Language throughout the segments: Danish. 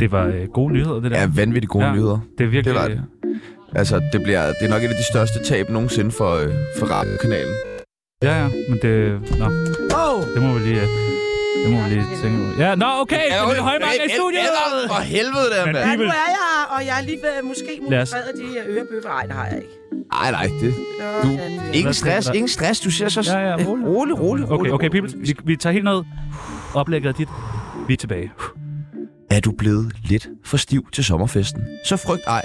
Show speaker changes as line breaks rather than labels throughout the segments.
Det var øh, gode nyheder, det der.
Ja, vanvittigt gode
Ja.
ja. nyheder.
det er virkelig...
det var det. Altså, det, bliver, det er nok et af de største tab nogensinde for, øh, for radiokanalen.
Ja, ja, men det... Nå,
Oh!
det må vi lige... øh, Det må vi lige tænke ud. Ja, nå, okay, det er Højmark er i studiet!
For helvede der,
Men
mand.
vi
Ja,
vil-
nu er jeg her, og jeg er lige ved, måske
Lad os-
modereret de her ørebøffer. Ej, det har jeg ikke.
Ej, nej, det.
Sådan.
Du,
der.
ingen stress, ingen stress. Du ser så
Ja, ja,
øh,
rolig.
rolig, rolig,
Okay,
rolig.
okay, Pibels, vi, vi tager helt ned. Oplægget er dit. Vi er tilbage.
Er du blevet lidt for stiv til sommerfesten? Så frygt ej.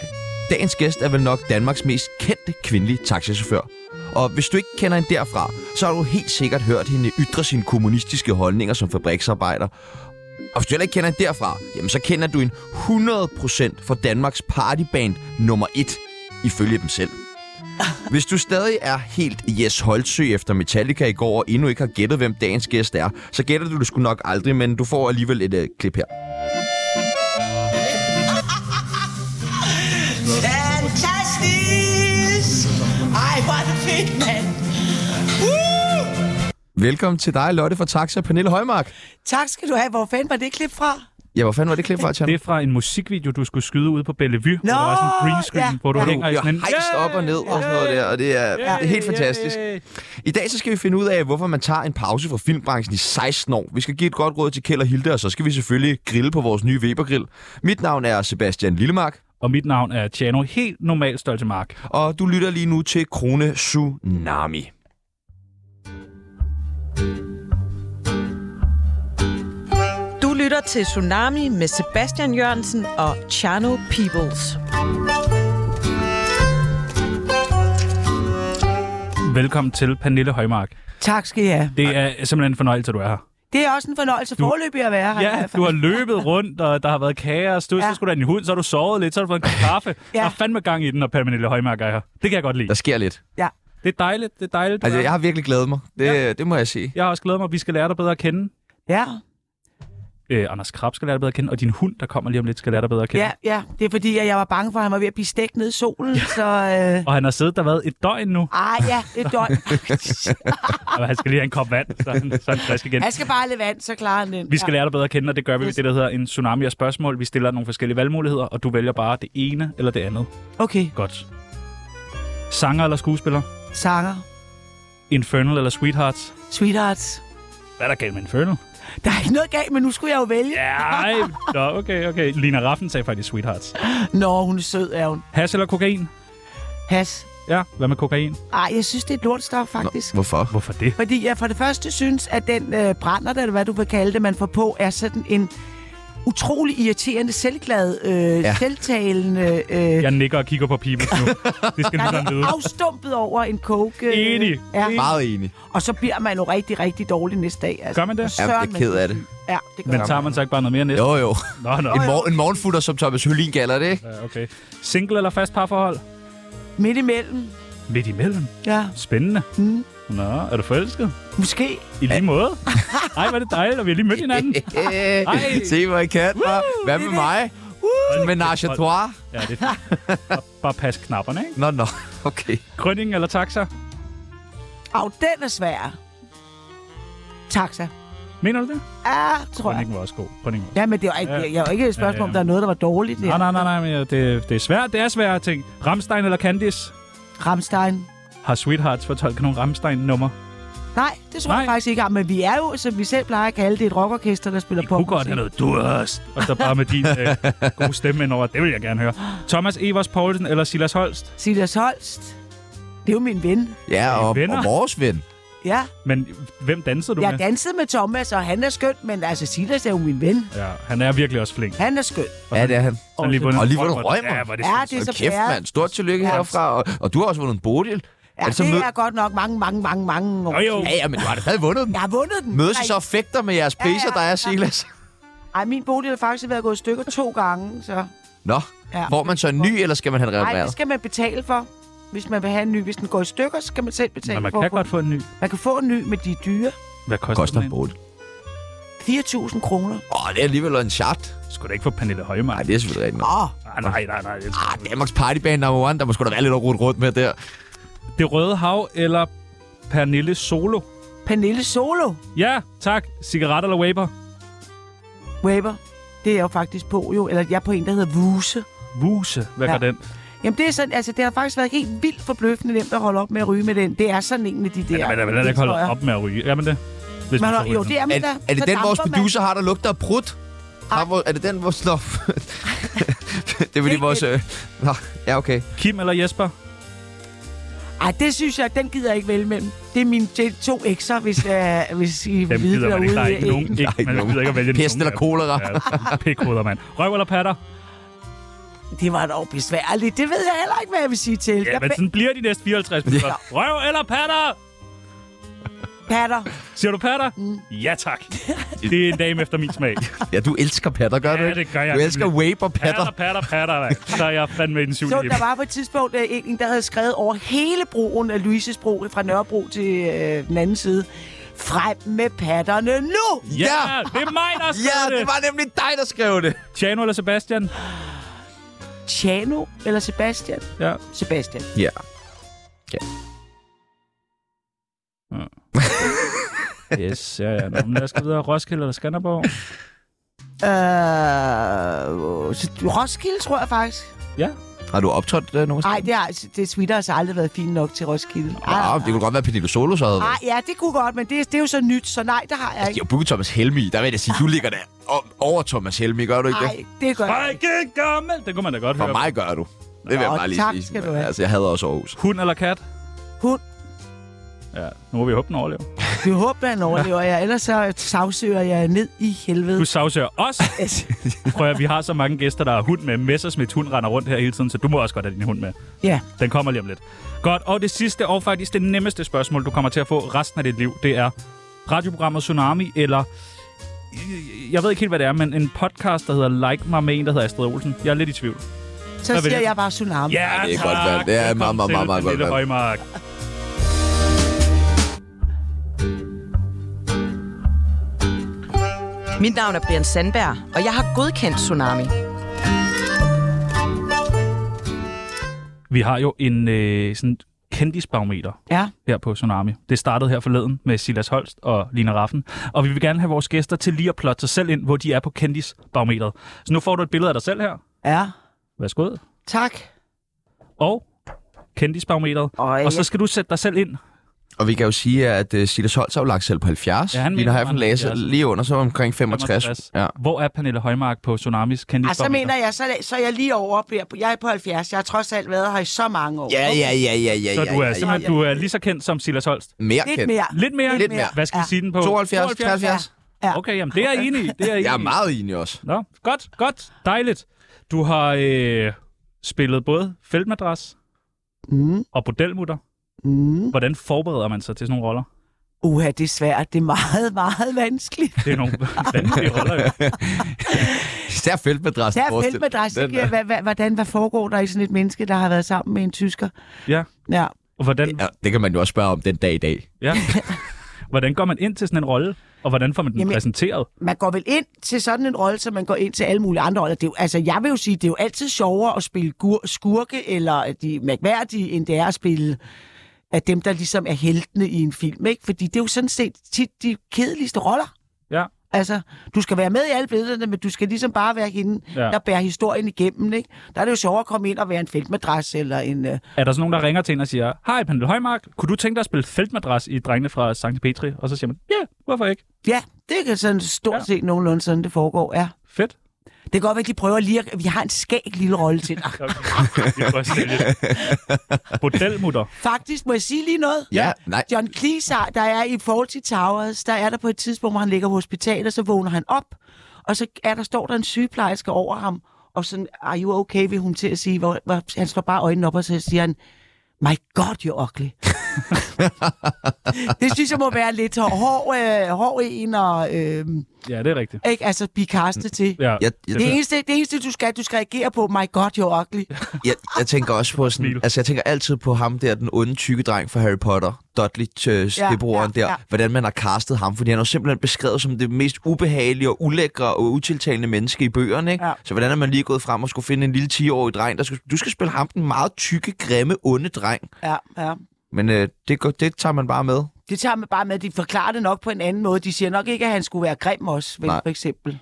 Dagens gæst er vel nok Danmarks mest kendte kvindelige taxichauffør. Og hvis du ikke kender hende derfra, så har du helt sikkert hørt hende ytre sine kommunistiske holdninger som fabriksarbejder. Og hvis du heller ikke kender hende derfra, jamen så kender du en 100% for Danmarks partyband nummer 1, ifølge dem selv. Hvis du stadig er helt Jes Holtsø efter Metallica i går, og endnu ikke har gættet, hvem dagens gæst er, så gætter du det sgu nok aldrig, men du får alligevel et øh, klip her.
Fantastisk! Ej, hvor er det fedt, mand. Woo!
Velkommen til dig, Lotte fra Taxa, Pernille Højmark.
Tak skal du have. Hvor fanden var det klip fra?
Ja, hvor fanden var det klip fra, Tjerno?
Det er fra en musikvideo, du skulle skyde ud på Bellevue. Nå, hvor der var sådan en green screen,
ja.
hvor du
Ja.
hænger i
Jeg
sådan en...
hejst op og ned og sådan noget der, og det er, det er helt fantastisk. I dag så skal vi finde ud af, hvorfor man tager en pause fra filmbranchen i 16 år. Vi skal give et godt råd til Kjeld og Hilde, og så skal vi selvfølgelig grille på vores nye Webergrill. Mit navn er Sebastian Lillemark,
Og mit navn er Tjano. Helt normal størrelse Mark.
og du lytter lige nu til Krone Tsunami.
Du lytter til Tsunami med Sebastian Jørgensen og Chano Peoples.
Velkommen til Pernille Højmark.
Tak skal I have.
Det er simpelthen en fornøjelse, at du er her.
Det er også en fornøjelse forløbig at være her. i
Ja,
hvert fald.
du har løbet rundt, og der har været kaos. Du, ja.
Ja.
Så skulle du have din hund, så har du sovet lidt, så har du fået en kop kaffe. ja.
Ja.
Der er fandme gang i den, når Pernille Højmark er her. Det kan jeg godt lide.
Der sker lidt.
Ja.
Det er dejligt, det er dejligt. du
Altså,
er
jeg
her.
har virkelig glædet mig. Det, ja. det må jeg sige.
jeg har også glædet mig, at vi skal lære dig bedre at kende.
Ja.
Øh, Anders Krab skal lære dig bedre at kende, og din hund, der kommer lige om lidt, skal lære dig bedre at kende.
ja, ja. Det er fordi, at jeg var bange for, at han var ved at blive stegt ned i solen, så... Øh...
Og han har siddet der været et døgn nu,
Ej, ja, et døgn. Ah.
og han skal lige have en kop vand, så er han, så er han frisk igen.
Han skal bare have lidt vand, så klarer han den.
Vi skal
ja.
lære dig bedre at kende, og det gør vi ved det, der hedder en tsunami af spørgsmål. Vi stiller nogle forskellige valgmuligheder, og du vælger bare det ene eller det andet.
Okay,
Godt. Sanger eller skuespiller?
sanger,
Infernal eller Sweethearts?
sweethearts.
Hvad er der galt med Infernal?
Der er ikke noget galt, men nu skulle jeg jo vælge.
Ja, ej. Nå, okay, okay. Lina Raffen sagde faktisk Sweethearts.
Nå, hun er sød, er hun.
Has eller kokain?
Has.
Ja, hvad med kokain?
Ej, jeg synes, det er et lortstof, faktisk. Nå.
Hvorfor?
Hvorfor det?
Fordi jeg for det første synes, at den øh, brænder, eller hvad du vil kalde det, man får på, er sådan en utrolig irriterende, selvglad, øh, ja.
Ja.
selvtalende... Øh,
Jeg nikker og kigger på Pibels nu. Det skal
Der
lytteren vide.
er afstumpet over en coke. øh,
Enig. Enig.
Ja.
Meget enig.
Og så bliver man jo rigtig, rigtig dårlig næste dag. Altså.
Gør man det?
Og
Ja,
søren,
jeg er ked
man-
af det.
Ja, det gør
Men
man.
tager man så ikke bare noget mere næste?
Jo, jo.
Nå, nå.
En, mor- en morgenfutter som Thomas Hølin kalder det, ikke?
Ja, Okay. Single eller fast parforhold?
Midt imellem.
Midt imellem.
Ja,
Spændende.
Mm.
Nå, er du forelsket?
måske.
I lige måde. Ej, hvor er det dejligt, og vi har lige mødt hinanden. Ej.
Se, hvor I kan. hva'? Hvad med mig? Uh, Menage à trois?
Ja, det er fint. Bare- Bare pas knapperne, ikke?
Nå, nå. Okay.
Grønningen eller taxa?
Og den er svær. Taxa.
Mener du det?
Ja, tror jeg.
Grønningen var også god. Grønningen var
Ja, men det er,
Ja.
ikke, jeg er jo ikke et spørgsmål,
Ja, ja.
om der er noget, der var dårligt.
Nej,
Der.
nej, nej, nej, men øh, det, det er svært. Det er svært ting. Ramstein eller Candice?
Ramstein.
Har Sweethearts fortolket nogle Ramstein-nummer?
Nej, det tror jeg
Nej.
faktisk ikke. om, Men vi er jo, som vi selv plejer at kalde det, et rockorkester, der spiller
I
på.
kunne godt have noget durst. Og så bare med din øh, gode stemme indover. Det vil jeg gerne høre. Thomas Evers Poulsen eller Silas Holst?
Silas Holst. Det er jo min ven.
Ja, og,
venner.
og vores ven.
Ja,
Men hvem dansede du
jeg
med?
dansede med Thomas, og han er skøn, men altså Silas er jo min ven.
Ja, han er virkelig også flink.
Han er skøn.
Ja, det er han.
Han lige vundet
Og lige
en
vundet
Rømer.
Rømer.
Ja, hvor det
Ja,
ja,
det er
Så
så
kæft,
fair.
mand. Stort tillykke herfra. Og, og du har også vundet en bodil.
Ja, det,
så mød-
er godt nok mange, mange, mange, mange år.
Jo, jo.
siden.
Ja, ja, men du har da stadig vundet den.
Jeg har vundet den.
Mødes I
Ej,
så og fægter med jeres priser,
ja,
der er,
ja.
Silas?
Ej, min bolig har faktisk været gået i stykker to gange, så...
Nå,
Ja.
får man så en ny, eller skal man have den
Nej, det
repareret?
skal man betale for. Hvis man vil have en ny. Hvis den går i stykker, så skal man selv betale
Men man
for.
kan
at få
godt få en ny.
den. man kan få en ny, men de er dyre.
Hvad koster,
Koster en
den?
bodil.
4.000 kroner.
Åh, det er alligevel en chat.
Skulle da ikke få Pernille Højmark?
Nej, det er selvfølgelig rigtigt. nok.
Åh,
Nej, nej, nej. nej. det er-
Ah, Danmarks partyband number one, der må sgu da være lidt at rute rundt med der.
Det Røde Hav eller Pernille Solo?
Pernille Solo.
Ja, tak. Cigaret eller Waber?
Waber. Det er jeg jo faktisk på jo. Eller jeg er på en, der hedder Vuse.
Vuse, hvad
Ja.
ja. den?
Jamen det er sådan, altså det har faktisk været helt vildt forbløffende nemt at holde op med at ryge med den. Det er sådan en af de der.
Ja, men der vil ikke holde op med at ryge. Jamen det. Hvis
Man
man,
holder,
får
jo,
ryge.
det er man
Er,
da.
er
Så
det den, vores
damper man.
producer har, der lugter af prut? Har, hvor, er det den, vores... Nå, det er fordi
Ikke
vores... Øh, nå, ja, okay.
Kim eller Jesper?
Ej, det synes jeg, den gider jeg ikke vælge mellem. Det er mine det er to ekser, hvis, øh, hvis I
Dem
vil vide
gider man ikke. Der er ikke nogen.
en.
Ikke,
ikke
man
nogen.
gider ikke at vælge
Pest eller kolera.
Ja, pikhoveder, mand. Røv eller patter?
Det var dog besværligt. Det ved jeg heller ikke, hvad jeg vil sige til.
Ja,
jeg
men
be-
sådan bliver de næste 54 minutter. Røv eller patter?
patter.
Siger du patter?
Mm.
Ja, tak. Det er en dame efter min smag.
Ja, du elsker patter, gør
Ja,
du ikke?
det gør jeg
Du elsker
nemlig.
vape og patter.
Patter, patter, patter, mand. Så er jeg fandme i den syvende
Så
himmel.
der var på et tidspunkt øh, en, der havde skrevet over hele broen af Louises bro fra Nørrebro til øh, den anden side. Frem med patterne nu!
Ja,
Ja!
det er mig, der
Ja,
skrev
det var nemlig dig, der skrev det.
Tjano eller Sebastian?
Chano eller Sebastian?
Ja.
Sebastian.
Ja.
Yes, ja, ja. Nå, men lad os gå videre. Roskilde eller Skanderborg?
Øh, så Roskilde, tror jeg faktisk.
Ja.
Har du optrådt øh, nogen
Nej, det har, det Twitter har altså aldrig været fint nok til Roskilde.
Ja, det kunne godt være, at Pernille Solo så havde
Ej,
været.
ja, det kunne godt, men det, det er jo så nyt, så nej, det har jeg
De
ikke.
har booket Thomas Helmi. Der vil jeg da sige, du ligger der o- over Thomas Helmi, gør du ikke det?
Nej, det gør jeg ikke.
Ikke gammel! Det kunne man da godt
For
høre.
mig gør du. Det vil jeg
Nå,
bare lige
tak
sige.
skal du have.
Altså, jeg hader også Aarhus.
Hund eller kat?
Hund.
Ja, nu må vi håbe, den overlever.
Vi håber, han overlever jer, ellers så sagsøger jeg ned i helvede.
Du sagsøger os. Prøv at, vi har så mange gæster, der har hund med. Messersmith hund render rundt her hele tiden, så du må også godt have din hund med.
Ja.
Den kommer lige om lidt. Godt, og det sidste og faktisk det nemmeste spørgsmål, du kommer til at få resten af dit liv, det er radioprogrammet Tsunami eller... Jeg ved ikke helt, hvad det er, men en podcast, der hedder Like Mig med en, der hedder Astrid Olsen. Jeg er lidt i tvivl.
Så
vil
siger
jeg-
jeg bare tsunami.
Ja,
det er
tak.
godt valgt. Det er
Velkommen
meget, meget,
til
meget, meget
Pernille
godt valgt.
Højmark.
Mit navn er Brian Sandberg, og jeg har godkendt Tsunami.
Vi har jo en øh, sådan kendisbarometer
Ja.
her på Tsunami. Det startede her forleden med Silas Holst og Lina Raffen. Og vi vil gerne have vores gæster til lige at plotte sig selv ind, hvor de er på kendisbarometeret. Så nu får du et billede af dig selv her.
Ja.
Værsgo.
Tak.
Og kendisbarometeret.
Og,
Og så skal du sætte dig selv ind.
Og vi kan jo sige, at uh, Silas Holtz har jo lagt selv på 70.
Ja,
Ja,
han
Lina
mener,
Heifen
han er
lagde sig
70.
lige under, så omkring 65.
65.
Ja.
Hvor er Pernille Højmark på
Ah,
Tsunamis
Ej, så
kendisbarometer?
mener jeg, så, er- så er jeg lige over. bliver- Jeg er på 70. Jeg har trods alt været her i så mange år.
Ja, ja, ja, ja, ja,
Så
ja,
du
ja,
er,
ja.
simpelthen, du er lige så kendt som Silas Holst.
Mere
Lidt
kendt.
mere.
Lidt mere?
Lidt mere.
Hvad skal vi
Ja.
sige den på?
72,
70.
73.
Ja.
Okay, jamen det er jeg enig i. Det er jeg enig
Jeg
i.
er meget enig også.
Nå, godt, godt. Dejligt. Du har øh, spillet både feltmadras
Mm,
og bordelmutter.
mm.
Hvordan forbereder man sig til sådan nogle roller?
Uha, det er svært. Det er meget, meget vanskeligt.
Det er nogle vanvittige roller. jo.
Især feltmadras.
Så er
forestil dig.
feltmadras.
Den er-
Hvordan, hvad foregår der i sådan et menneske, der har været sammen med en tysker?
Ja.
Ja.
Og hvordan,
Ja, det kan man jo også spørge om den dag i dag.
ja. hvordan går man ind til sådan en rolle? Og hvordan får man den
Jamen-
præsenteret?
man går vel ind til sådan en rolle, som man går ind til alle mulige andre roller. Det er jo, altså, jeg vil jo sige, det er jo altid sjovere at spille gur- skurke eller de mærkværdige, end det er at spille af dem, der ligesom er heltene i en film. Ikke? Fordi det er jo sådan set tit de kedeligste roller.
Ja.
Altså, du skal være med i alle billederne, men du skal ligesom bare være hende,
Ja.
ja. der bærer historien igennem. Ikke? Der er det jo sjovere at komme ind og være en feltmadras eller en... Øh,
Er der sådan nogen, der ringer til en og siger, Hej Pernille Højmark, kunne du tænke dig at spille feltmadras i Drengene fra Sankt Petri? Og så siger man, ja, yeah, hvorfor ikke?
ja, det kan sådan stort
Ja.
set nogenlunde sådan, det foregår. Ja.
Fedt.
Det kan godt være, at de prøver lige at... Vi har en skæg lille rolle til Ah, dig.
Okay. Jeg prøver at stille lidt. Bordelmutter.
Faktisk, må jeg sige lige noget?
Ja, nej.
John Cleese, har- der er i Fawlty Towers, der er der på et tidspunkt, hvor han ligger på hospitalet, så vågner han op, og så er der, står der en sygeplejerske over ham, og sådan, are you okay, vil hun til at sige, hvor, hvor, han slår bare øjnene op, og så siger han, my god, you're ugly. det synes jeg må være lidt hård, øh, hård en, og øh,
Ja, det er rigtigt.
ikke, altså, blive kastet til.
Ja.
Jeg, jeg,
Det eneste, det eneste, du skal, du skal reagere på, my god, you're ugly.
jeg, jeg tænker også på sådan,
Smil.
altså jeg tænker altid på ham der, den onde tykke dreng fra Harry Potter, Dudley øh, Stillebroren
ja,
der,
ja.
hvordan man har castet ham, fordi han er jo simpelthen beskrevet som det mest ubehagelige og ulækre og utiltalende menneske i bøgerne, ikke?
Ja.
Så hvordan er man lige gået frem og skulle finde en lille 10-årig dreng, der skulle, du skal spille ham, den meget tykke, grimme, onde dreng.
Ja, ja.
Men øh, det, går, det tager man bare med.
Det tager man bare med, at de forklarer det nok på en anden måde. De siger nok ikke, at han skulle være grim også, vel,
Nej.
for eksempel.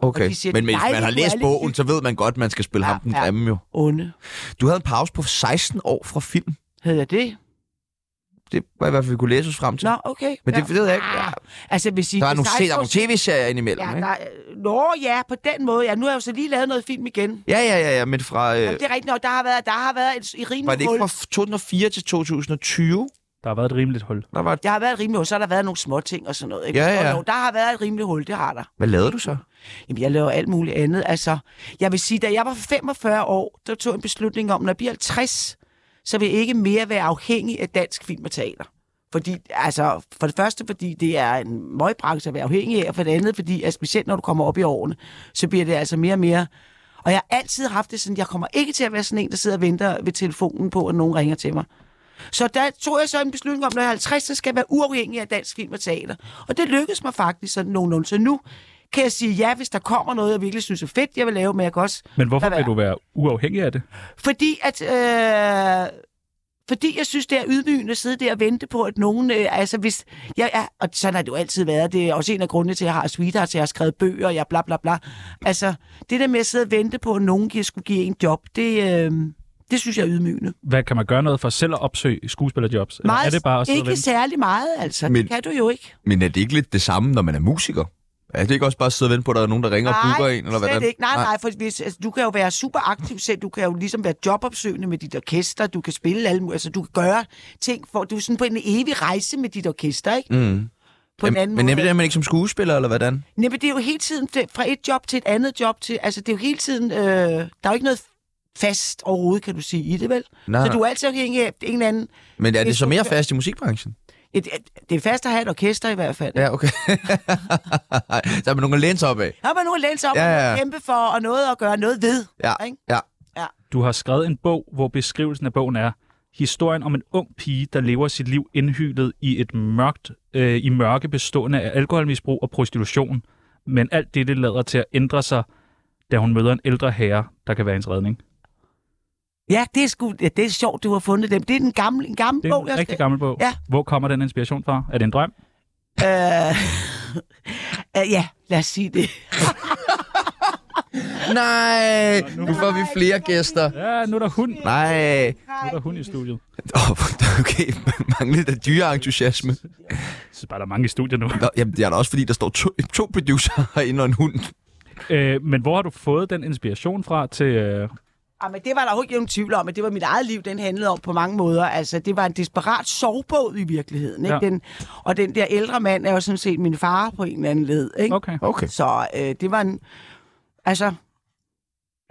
Okay,
de siger,
men hvis
"Nej,
man
det
har
kunne
læst
alle
bogen,
synes."
så ved man godt, man skal spille
Ja,
ham den
ja.
grimme jo.
Onde.
Du havde en pause på 16 år fra film.
Hedder jeg det?
Det var i hvert fald, vi kunne læse os frem til.
Nå, okay.
Men det
ja.
ved jeg ikke. Ja.
Altså, hvis I...
Der er
hvis
nogle, se- der er
ikke-
nogle tv-serier indimellem,
Ja,
ja, ikke?
der, er- nå ja, på den måde. Ja, nu har jeg jo så lige lavet noget film igen. Øh.
Ja, ja, ja, ja, men fra... Øh,
Jamen, det er rigtigt nok. Der har været, der har været et, et
var
rimeligt
det ikke
hul.
fra 2004 til 2020?
Der har været et rimeligt hul.
Der var...
Der har været et rimeligt hul, så har der været nogle små ting og sådan noget. Ikke?
Ja,
Og
ja.
jo, Der har været et rimeligt hul, det har der.
Hvad lavede du så?
Jamen, jeg laver alt muligt andet. Altså, jeg vil sige, da jeg var 45 år, der tog jeg en beslutning om, når jeg bliver 50, så vil jeg ikke mere være afhængig af dansk film og teater. Fordi, altså, for det første, fordi det er en møgbranche at være afhængig af, og for det andet, fordi, at specielt når du kommer op i årene, så bliver det altså mere og mere... Og jeg har altid haft det sådan, jeg kommer ikke til at være sådan en, der sidder og venter ved telefonen på, at nogen ringer til mig. Så der tog jeg så en beslutning om, når jeg er 50, så skal jeg være uafhængig af dansk film og teater. Og det lykkedes mig faktisk sådan nogenlunde. Så nu kan jeg sige ja, hvis der kommer noget, jeg virkelig synes er fedt, jeg vil lave, men jeg kan også...
Men hvorfor
lade
vil
være.
du være uafhængig af det?
Fordi at... Øh, fordi jeg synes, det er ydmygende at sidde der og vente på, at nogen... Øh, altså, hvis jeg er, og sådan har det jo altid været. Det er også en af grundene til, at jeg har sweethearts, jeg har skrevet bøger, jeg bla bla bla. Altså, det der med at sidde og vente på, at nogen giver, skulle give en job, det, øh, det synes jeg er ydmygende.
Hvad kan man gøre noget for selv at opsøge skuespillerjobs? Eller
Meget,
er det bare at sidde og
ikke
vente?
særlig meget, altså. Men,
Men-
det kan du jo ikke.
Men er det ikke lidt det samme, når man er musiker? Er det ikke også bare at sidde og vente på, at der er nogen, der ringer og booker en? Eller
slet
hvordan?
ikke. Nej, nej, for hvis, altså, du kan jo være super aktiv selv. Du kan jo ligesom være jobopsøgende med dit orkester. Du kan spille alle mu- Altså, du kan gøre ting. For, du er sådan på en evig rejse med dit orkester, ikke?
Mm.
På en anden
men
måde.
nemlig er man ikke som skuespiller, eller hvordan?
Nej, men det er jo hele tiden det, fra et job til et andet job. til Altså, det er jo hele tiden... Øh, der er jo ikke noget fast overhovedet, kan du sige, i det, vel?
Nej,
så
nej.
du er altid afhængig af en eller anden...
Men er det
Hvis
så
du-
mere fast i musikbranchen?
Et, et, det er fast at have et orkester i hvert fald.
Ja, okay. der er man nogen at læne sig op af.
Der har man nu at læne sig op
Ja,
ja,
ja, ja.
ja. og kæmpe for, og noget at gøre noget ved.
Ja,
Ikke?
ja.
Du har skrevet en bog, hvor beskrivelsen af bogen er historien om en ung pige, der lever sit liv indhyldet i et mørkt, øh, i mørke bestående af alkoholmisbrug og prostitution. Men alt dette lader til at ændre sig, da hun møder en ældre herre, der kan være hendes redning.
Ja, det er, sgu, ja, det er sjovt, du har fundet dem. Det er den gamle, en gammel
Det er en
bog, jeg har
rigtig gammel bog.
Ja.
Hvor kommer den inspiration fra? Er det en drøm?
Øh, øh, ja, lad os sige det.
Nej, nu får vi flere gæster.
Ja, nu er der hund. Nu
Nej.
er der hund i studiet.
Oh, okay, manglet af dyreentusiasme.
Jeg synes bare, der er mange i studiet nu.
Nå, jamen, det er da også fordi, der står to, to producer herinde og en hund.
Øh, men hvor har du fået den inspiration fra til... Øh...
Ja, men det var der jo ikke nogen tvivl om, at det var mit eget liv, den handlede om på mange måder. Altså, det var en desperat sovebåd i virkeligheden. Ikke?
Ja.
Ja. Den, og den der ældre mand er jo sådan set min far på en eller anden led. Ikke?
Okay.
Okay.
Så øh, det var en... Altså...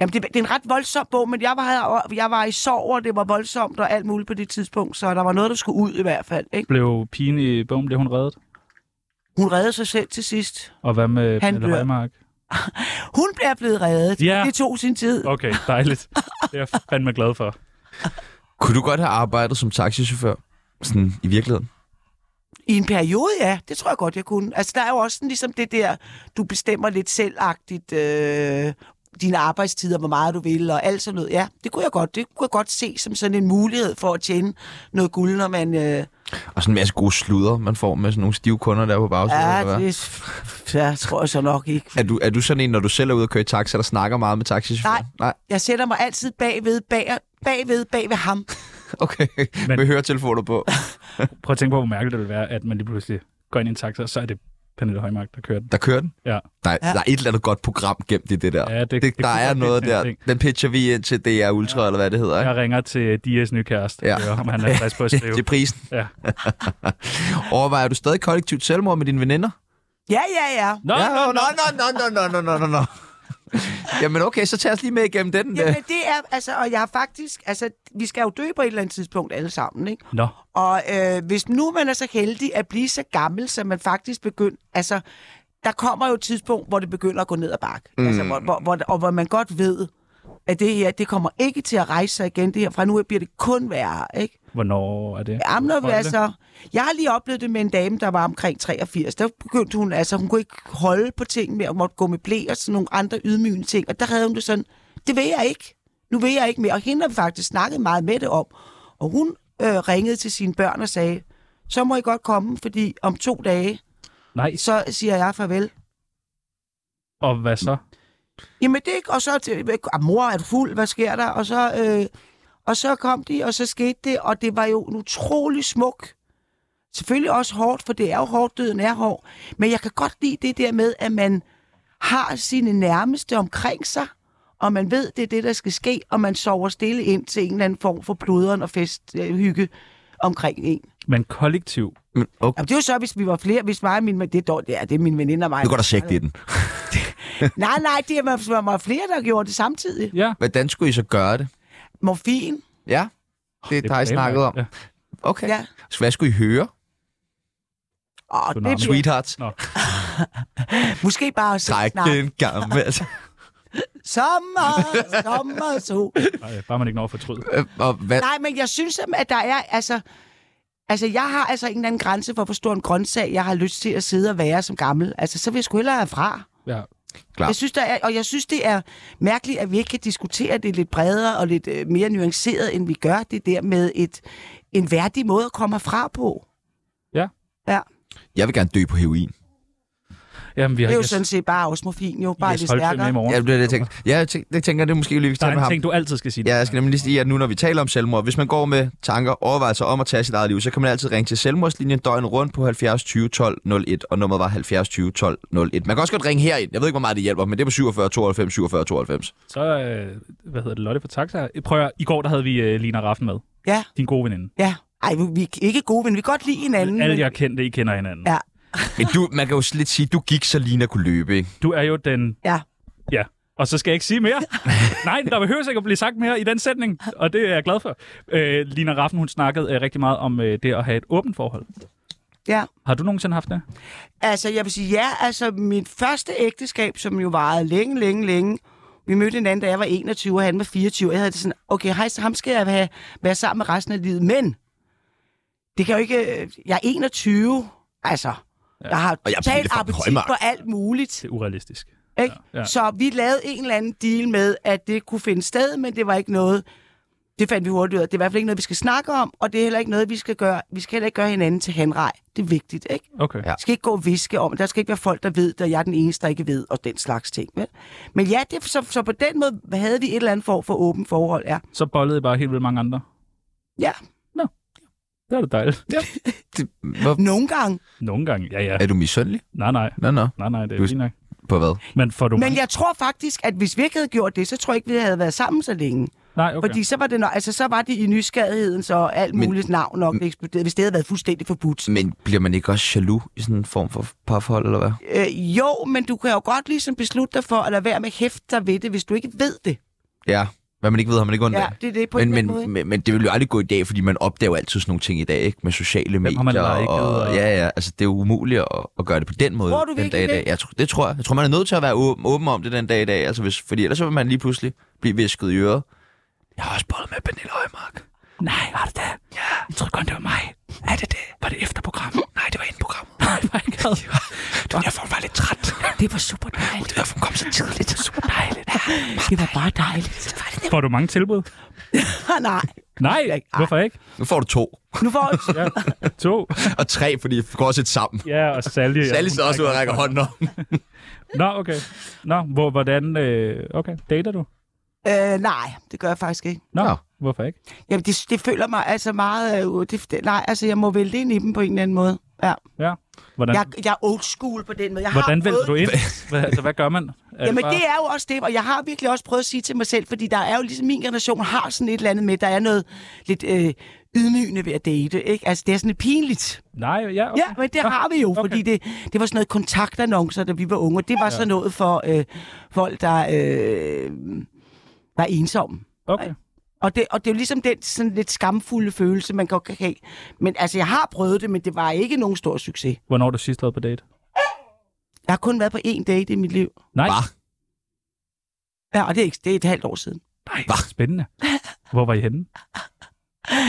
Jamen, det, det er en ret voldsom bog, men jeg var, jeg var i sorg, og det var voldsomt og alt muligt på det tidspunkt, så der var noget, der skulle ud i hvert fald. Ikke?
Blev pigen i bogen, blev hun reddet?
Hun reddede sig selv til sidst.
Og hvad med
Han
Pernille
dør.
Højmark?
Hun blev blevet reddet.
Ja.
Det tog sin tid.
Okay, dejligt. Det er jeg fandme glad for.
Kunne du godt have arbejdet som taxichauffør? Sådan i virkeligheden.
I en periode, ja. Det tror jeg godt, jeg kunne. Altså, der er jo også sådan, ligesom det der, du bestemmer lidt selvagtigt øh, dine arbejdstider, hvor meget du vil og alt sådan noget. Ja, det kunne jeg godt. Det kunne jeg godt se som sådan en mulighed for at tjene noget guld, når man... Øh,
Og sådan en masse gode sludder, man får med sådan nogle stive kunder der på bagsiden. eller
ja,
hvad?
det ja, tror jeg så nok ikke.
Er du, er du sådan en, når du selv er ude og køre i taxa, der snakker meget med taxichauffører?
Nej.
Nej,
Jeg sætter mig altid bagved, bag, bagved, bagved ham.
okay. Men...
Men-
Med høretelefoner på.
Prøv at tænke på, hvor mærkeligt det vil være, at man lige pludselig går ind i en taxa, og så er det Pernille Højmark, der kører den.
Der kører den?
Ja.
Der, ja.
Ja.
der er et eller andet godt program gemt i det der.
Ja, det-
det,
det
der
kunne
er
godt
noget
blive
der.
sådan en ting.
Den pitcher vi ind til DR Ultra, ja. eller hvad det hedder. Ikke?
Jeg ringer til Dias nye kæreste,
Ja.
ja. om han er frisk på at skrive.
Til prisen.
Ja.
Overvejer du stadig kollektivt selvmord med dine veninder?
Ja, ja, ja.
Nå,
ja, nå, nå, nå, nå, nå, nå, nå, nå. Jamen okay, så tag os lige med igennem den. øh.
Jamen, det er, altså, og jeg har faktisk, altså, vi skal jo dø på et eller andet tidspunkt alle sammen, ikke?
Nå.
Og øh, hvis nu man er så heldig at blive så gammel, så man faktisk begynder... Altså, der kommer jo et tidspunkt, hvor det begynder at gå ned ad bakke. Mm. Altså, hvor, hvor, hvor, og hvor man godt ved, at det her, det kommer ikke til at rejse sig igen. Det her, fra nu af bliver det kun værre, ikke?
Hvornår er det?
Jamen, når vi
Holde?
altså... Jeg har lige oplevet det med en dame, der var omkring 83. Der begyndte hun, altså, hun kunne ikke holde på ting mere, hun måtte gå med blæ og sådan nogle andre ydmygende ting. Og der havde hun det sådan, det vil jeg ikke. Nu vil jeg ikke mere. Og hende har vi faktisk snakket meget med det om. Og hun øh, ringede til sine børn og sagde, så må I godt komme, fordi om to dage,
Nej,
så siger jeg farvel.
Og hvad så?
Jamen det, og så, til- ah, mor er du fuld, hvad sker der? Og så, øh, og så kom de, og så skete det, og det var jo en utrolig smuk. Selvfølgelig også hårdt, for det er jo hårdt, døden er hård. Men jeg kan godt lide det der med, at man har sine nærmeste omkring sig, og man ved, det er det, der skal ske, og man sover stille ind til en eller anden form for bloderen og festhygge øh, hygge omkring en.
Men kollektiv.
Men okay.
Jamen, det er jo så, hvis vi var flere, hvis mig og min, men det er dårligt, ja, det er min veninde og mig.
Nu går der sigt i den.
Nej, nej, det er, hvis man var flere, der gjorde det samtidig.
Ja.
Hvordan skulle I så gøre det?
Morfin,
Ja, det, det har I
er
snakket om.
Ja.
Okay.
ja.
Så hvad skulle I høre?
Og det
Tsunami.
bliver
Sweethearts.
Nå.
Måske bare at
Træk
snakke.
den gamle. Altså,
Sommer, sommer, så.
Nej, bare man ikke når at fortryde.
øh, og hvad?
Nej, men jeg synes, at der er, altså... Altså, jeg har altså en eller anden grænse for, hvor stor en grøntsag, jeg har lyst til at sidde og være som gammel. Altså, så vil jeg sgu hellere herfra.
Ja.
Ja.
Jeg synes, der er, og jeg synes, det er mærkeligt, at vi ikke kan diskutere det lidt bredere og lidt øh, mere nuanceret, end vi gør det der med et, en værdig måde at komme fra på.
Ja.
Ja,
Jeg vil gerne dø på heroin.
Jamen, vi har
det er jo
Jes-
sådan set bare osmofin, jo. Bare
Jes
lidt
Holtsø med
stærkere.
i morgen.
Ja, det, er det, jeg tænker, ja, jeg tænker, det tænker jeg, det er måske lige, vi
Der
taler
er
med
en
ham.
ting, du altid skal sige.
Ja, jeg skal nemlig lige sige, at nu når vi taler om selvmord, hvis man går med tanker og overvejelser om at tage sit eget liv, så kan man altid ringe til selvmordslinjen døgnet rundt på 70 20 12 01, og nummeret var 70 20 12 01. Man kan også godt ringe herind. Jeg ved ikke, hvor meget det hjælper, men det er på 47 92 47 92.
Så, øh, hvad hedder det, Lotte på taxa? Prøv at, i går der havde vi øh, Lina Raffen med.
Ja.
Din gode veninde.
Ja. Ej, vi- vi er ikke gode, men vi kan godt lide hinanden.
Alle
men-
jeg kendte, I kender hinanden.
Mm. Ja.
Men du, man kan jo lidt sige, du gik, så Lina kunne løbe, ikke?
Du er jo den...
Ja.
Ja. Og så skal jeg ikke sige mere. Nej, der behøver ikke at blive sagt mere i den sætning, og det er jeg glad for. Øh, Lina Raffen, hun snakkede øh, rigtig meget om øh, det at have et åbent forhold.
Ja.
Har du nogensinde haft det?
Altså, jeg vil sige ja. Altså, mit første ægteskab, som jo varede længe, længe, længe. Vi mødte hinanden, da jeg var 21, og han var 24. Jeg havde det sådan, okay, hej, så ham skal jeg have, være sammen med resten af livet. Men det kan jo ikke... øh, Jeg er 21, altså. Ja. Jeg har
jeg er
totalt
Pernille von
appetit
Højmark.
på alt muligt.
Det er urealistisk.
Ikke?
Ja, ja.
Så vi lavede en eller anden deal med, at det kunne finde sted, men det var ikke noget... Det fandt vi hurtigt ud af. Det er i hvert fald ikke noget, vi skal snakke om, og det er heller ikke noget, vi skal gøre. Vi skal heller ikke gøre hinanden til henrej. Det er vigtigt, ikke?
Okay.
Ja.
Der skal ikke gå og viske om, der skal ikke være folk, der ved det, og jeg er den eneste, der ikke ved, og den slags ting. Vel? Men ja, det, så, så på den måde havde vi et eller andet form for åbent forhold, ja.
Så bollede I bare helt vildt mange andre.
Ja,
Det er da dejligt. Ja.
Det, hvor,
nogle gange.
Nogle gange. Ja, ja.
er du misundelig?
Nej, nej.
Nå, nå.
Nej, nej, det er
Du-
fint nok.
På hvad?
Men får du
Men
mange-
jeg tror faktisk, at hvis vi ikke havde gjort det, så tror jeg ikke, vi havde været sammen så længe. Okay.
Nej, okay.
Fordi så var, det, nok- altså, så var det i nysgerrigheden, så alt
Men-
muligt navn nok eksploderet, hvis det havde været fuldstændig forbudt.
Men bliver man ikke også jaloux i sådan en form for parforhold, eller hvad?
Øh, jo, men du kan jo godt ligesom beslutte dig for at lade være med at hæfte dig ved det, hvis du ikke ved det.
Ja. Hvad man ikke ved, har man ikke ondt
Ja,
af.
det er det på
men,
en men,
men,
måde. ikke?
men, men det vil jo aldrig gå i dag, fordi man opdager jo altid sådan nogle ting i dag, ikke? Med sociale medier.
har man liket,
og,
og-
Ja, ja, altså det er jo umuligt at, at gøre det på den måde
Tror du
den
virkelig
dag i dag.
det?
Jeg, tror- det tror jeg. Jeg tror, man er nødt til at være åben, åben om det den dag i dag, altså hvis, fordi ellers så vil man lige pludselig blive visket i øret. Jeg har også bollet med Pernille Højmark.
Nej, var det det? Ja. Jeg troede kun, det var mig. Er det det? Var det efter programmet?
Nej, det var inden programmet.
Nej, var ikke glad.
Det var derfor, hun var lidt træt.
Det var super dejligt.
Det var derfor, hun kom så tidligt.
Super dejligt. Det var bare dejligt.
Får du mange tilbud?
Nej,
Nej, hvorfor ikke?
Nu får du to.
nu får jeg...
Ja. To.
Og tre, fordi vi går også et sammen.
Ja, og Sally. ja,
Sally
hun
sidder også ud og
rækker-
rækker hånden om.
Nå, okay. Nå, hvor, hvordan... Øh, okay, dater du?
Øh, nej, det gør jeg faktisk ikke.
Nå,
Nå.
hvorfor ikke?
Jamen, det, det føler mig altså meget... øh, Det, det, nej, altså, jeg må vælte ind i dem på en eller anden måde. Ja.
Ja. Hvordan,
Jeg, jeg er old school på den måde. Jeg
hvordan
har
vælger du
prøvet-
ind? Hvad, altså, hvad gør man? Er
Jamen,
bare-
det er jo også det, og jeg har virkelig også prøvet at sige til mig selv, fordi der er jo ligesom min generation har sådan et eller andet med, der er noget lidt øh, ydmygende ved at date, ikke? Altså, det er sådan lidt pinligt.
Nej, ja, okay.
Ja, men det
Nå,
har vi jo,
okay.
fordi det, det var sådan noget kontaktannoncer, da vi var unge, og det var ja. sådan noget for øh, folk, der øh, var ensomme.
Okay.
Og det, og det er jo ligesom den sådan lidt skamfulde følelse, man godt kan have. Men altså, jeg har prøvet det, men det var ikke nogen stor succes.
Hvornår har du sidst været på date?
Jeg har kun været på én date i mit liv.
Nej.
Hva?
Ja, og det er, ikke, det er et halvt år siden.
Nej, spændende. Hvor var I henne?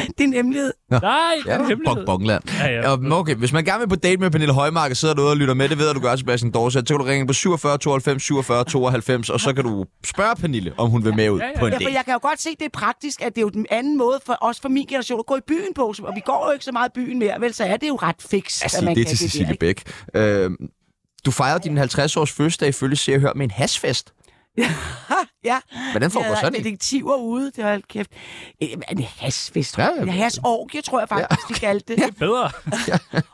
Det er en hemmelighed.
Nej, det
Ja,
er en hemmelighed.
bong, bongland.
Ja, ja.
Ja, men Okay, hvis man gerne vil på date med Pernille Højmark og sidder derude og lytter med, det ved jeg, du gør, Sebastian Dorset, så kan du ringe på 47 92 47 92, og så kan du spørge Pernille, om hun vil med ud
Ja, ja, ja.
på en
Ja, for
date.
jeg kan jo godt se, det er praktisk, at det er jo den anden måde for os for min generation at gå i byen på.
Altså,
Og vi går jo ikke så meget i byen mere, vel? Så er det jo ret fix,
Jeg siger det til Cecilie Bæk. Øh, Du fejrer din 50-års fødselsdag ifølge Se og Hør med en hasfest.
Ja.
Hvordan
Jeg
foregår
havde
sådan en?
detektiver ude, det var helt kæft. En en hasfest, tror
Ja,
jeg. En
ja.
hasorgie, tror jeg faktisk, de kaldte det.
Bedre.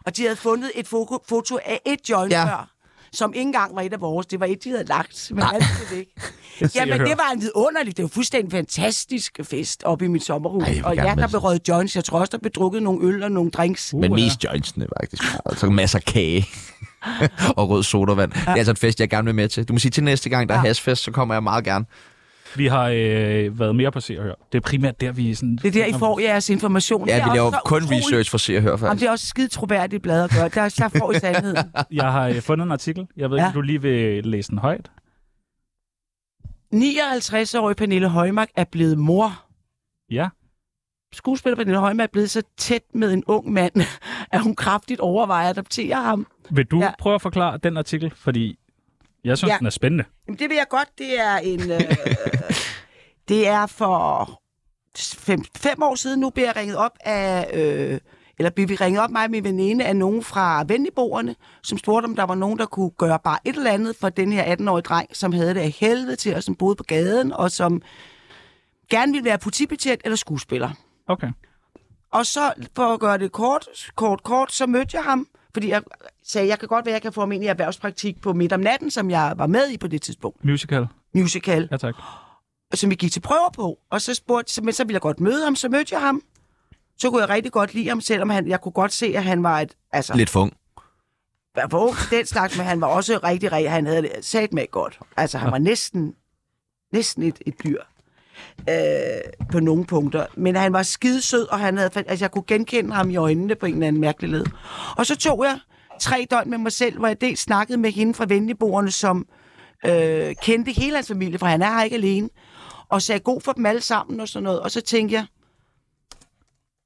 Og de havde fundet et foto, foto af et joint
Ja.
ja. før, som ikke engang var et af vores. Det var et, de havde lagt, men alt det ikke. Jamen,
hører.
det var en vidunderlig, det var fuldstændig en fantastisk fest oppe i mit sommerhus.
Ej, jeg vil
og
gerne altså.
jeg, der
med.
blev røget joints, jeg tror også, der blev drukket nogle øl og nogle drinks.
Men
Uh, ja.
mest jointsene, faktisk. Og så masser af kage. og rød sodavand. Ja. Det er altså en fest, jeg gerne vil med til. Du må sige til næste gang, der er hasfest, så kommer jeg meget gerne.
Vi har øh, været mere på Se og Hør. Det er primært der, vi sådan...
Det er der, I får jeres information. Det
Ja,
er
vi
også
laver
så
kun
utroligt-
research for Se og Hør,
Jamen,
faktisk.
det er også skide troværdigt blad at gøre. Der, der får I sandheden.
Jeg har øh, fundet en artikel. Jeg ved ikke,
Ja.
om du lige vil læse den højt.
59-årig Pernille Højmark er blevet mor.
Ja.
Skuespiller Pernille Højmark er blevet så tæt med en ung mand, at hun kraftigt overvejer at adoptere ham.
Vil du ja.
Ja.
prøve at forklare den artikel? Fordi jeg synes, ja.
Ja.
den er spændende.
Jamen, det vil jeg godt. Det er en... Øh, det er for fem, fem år siden, nu bliver jeg ringet op af... Øh, eller blev vi ringet op, mig og min veninde, af nogen fra Venligboerne, som spurgte, om der var nogen, der kunne gøre bare et eller andet for den her 18-årige dreng, som havde det af helvede til, og som boede på gaden, og som gerne ville være politibetjent eller skuespiller.
Okay.
Og så, for at gøre det kort, kort, kort, så mødte jeg ham, fordi jeg sagde, jeg kan godt være, jeg kan få ham ind i erhvervspraktik på midt om natten, som jeg var med i på det tidspunkt.
Musical.
Musical
Ja, tak.
som vi gik til prøver på. Og så spurgte så, men så ville jeg godt møde ham, så mødte jeg ham. Så kunne jeg rigtig godt lide ham, selvom han, jeg kunne godt se, at han var et... Altså,
Lidt fung.
var for ung til den slags, men han var også rigtig, rigtig... Han havde det sat med godt. Altså, han var næsten, næsten et, et dyr øh, på nogle punkter. Men han var skidesød, og han havde, fa- altså, jeg kunne genkende ham i øjnene på en eller anden mærkelig led. Og så tog jeg tre døgn med mig selv, hvor jeg dels snakkede med hende fra venligboerne, som øh, kendte hele hans familie, for han er her ikke alene, og sagde god for dem alle sammen og sådan noget. Og så tænkte jeg,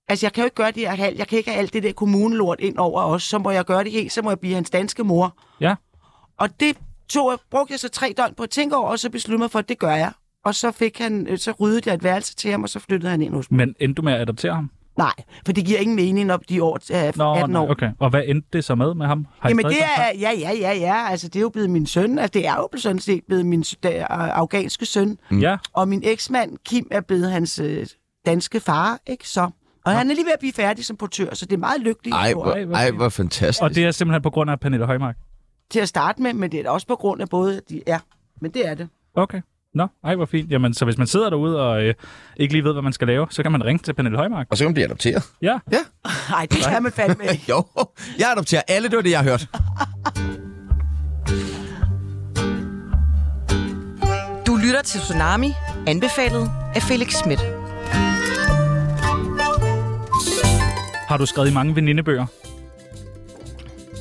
altså jeg kan jo ikke gøre det, jeg kan, jeg kan ikke have alt det der kommunelort ind over os, så må jeg gøre det helt, så må jeg blive hans danske mor.
Ja.
Og det tog jeg, brugte jeg så tre døgn på at tænke over, og så besluttede mig for, at det gør jeg. Og så fik han, øh, så ryddede jeg et værelse til ham, og så flyttede han ind hos mig.
Men endte du med at adoptere ham?
Nej, for det giver ingen mening, når de år, øh, 18 år.
nej, okay. Og hvad endte det så med med ham? Har I
Jamen
stadig
det
kontakt?
er, ja, ja, ja, ja, altså det er jo blevet min søn, altså det er jo sådan set blevet min s- da- afghanske søn,
Ja,
og min eksmand Kim er blevet hans øh, danske far, ikke så? Og han er lige ved at blive færdig som portør, så det er meget lykkeligt
Ej, hvor,
hvor
ej,
fint.
hvor fantastisk.
og det er simpelthen på grund af Pernille Højmark.
til at starte med, men det er da også på grund af både, at de, ja, men det er det.
Okay. Nå, ej, hvor fint. Jamen, så hvis man sidder derude og øh, ikke lige ved, hvad man skal lave, så kan man ringe til Pernille Højmark.
Og så kan man blive adopteret.
Ja.
Nej, det kan man fandme ikke.
Jo, jeg adopterer alle, det var det, jeg har hørt.
Du lytter til Tsunami, anbefalet af Felix Schmidt.
Har du skrevet i mange venindebøger?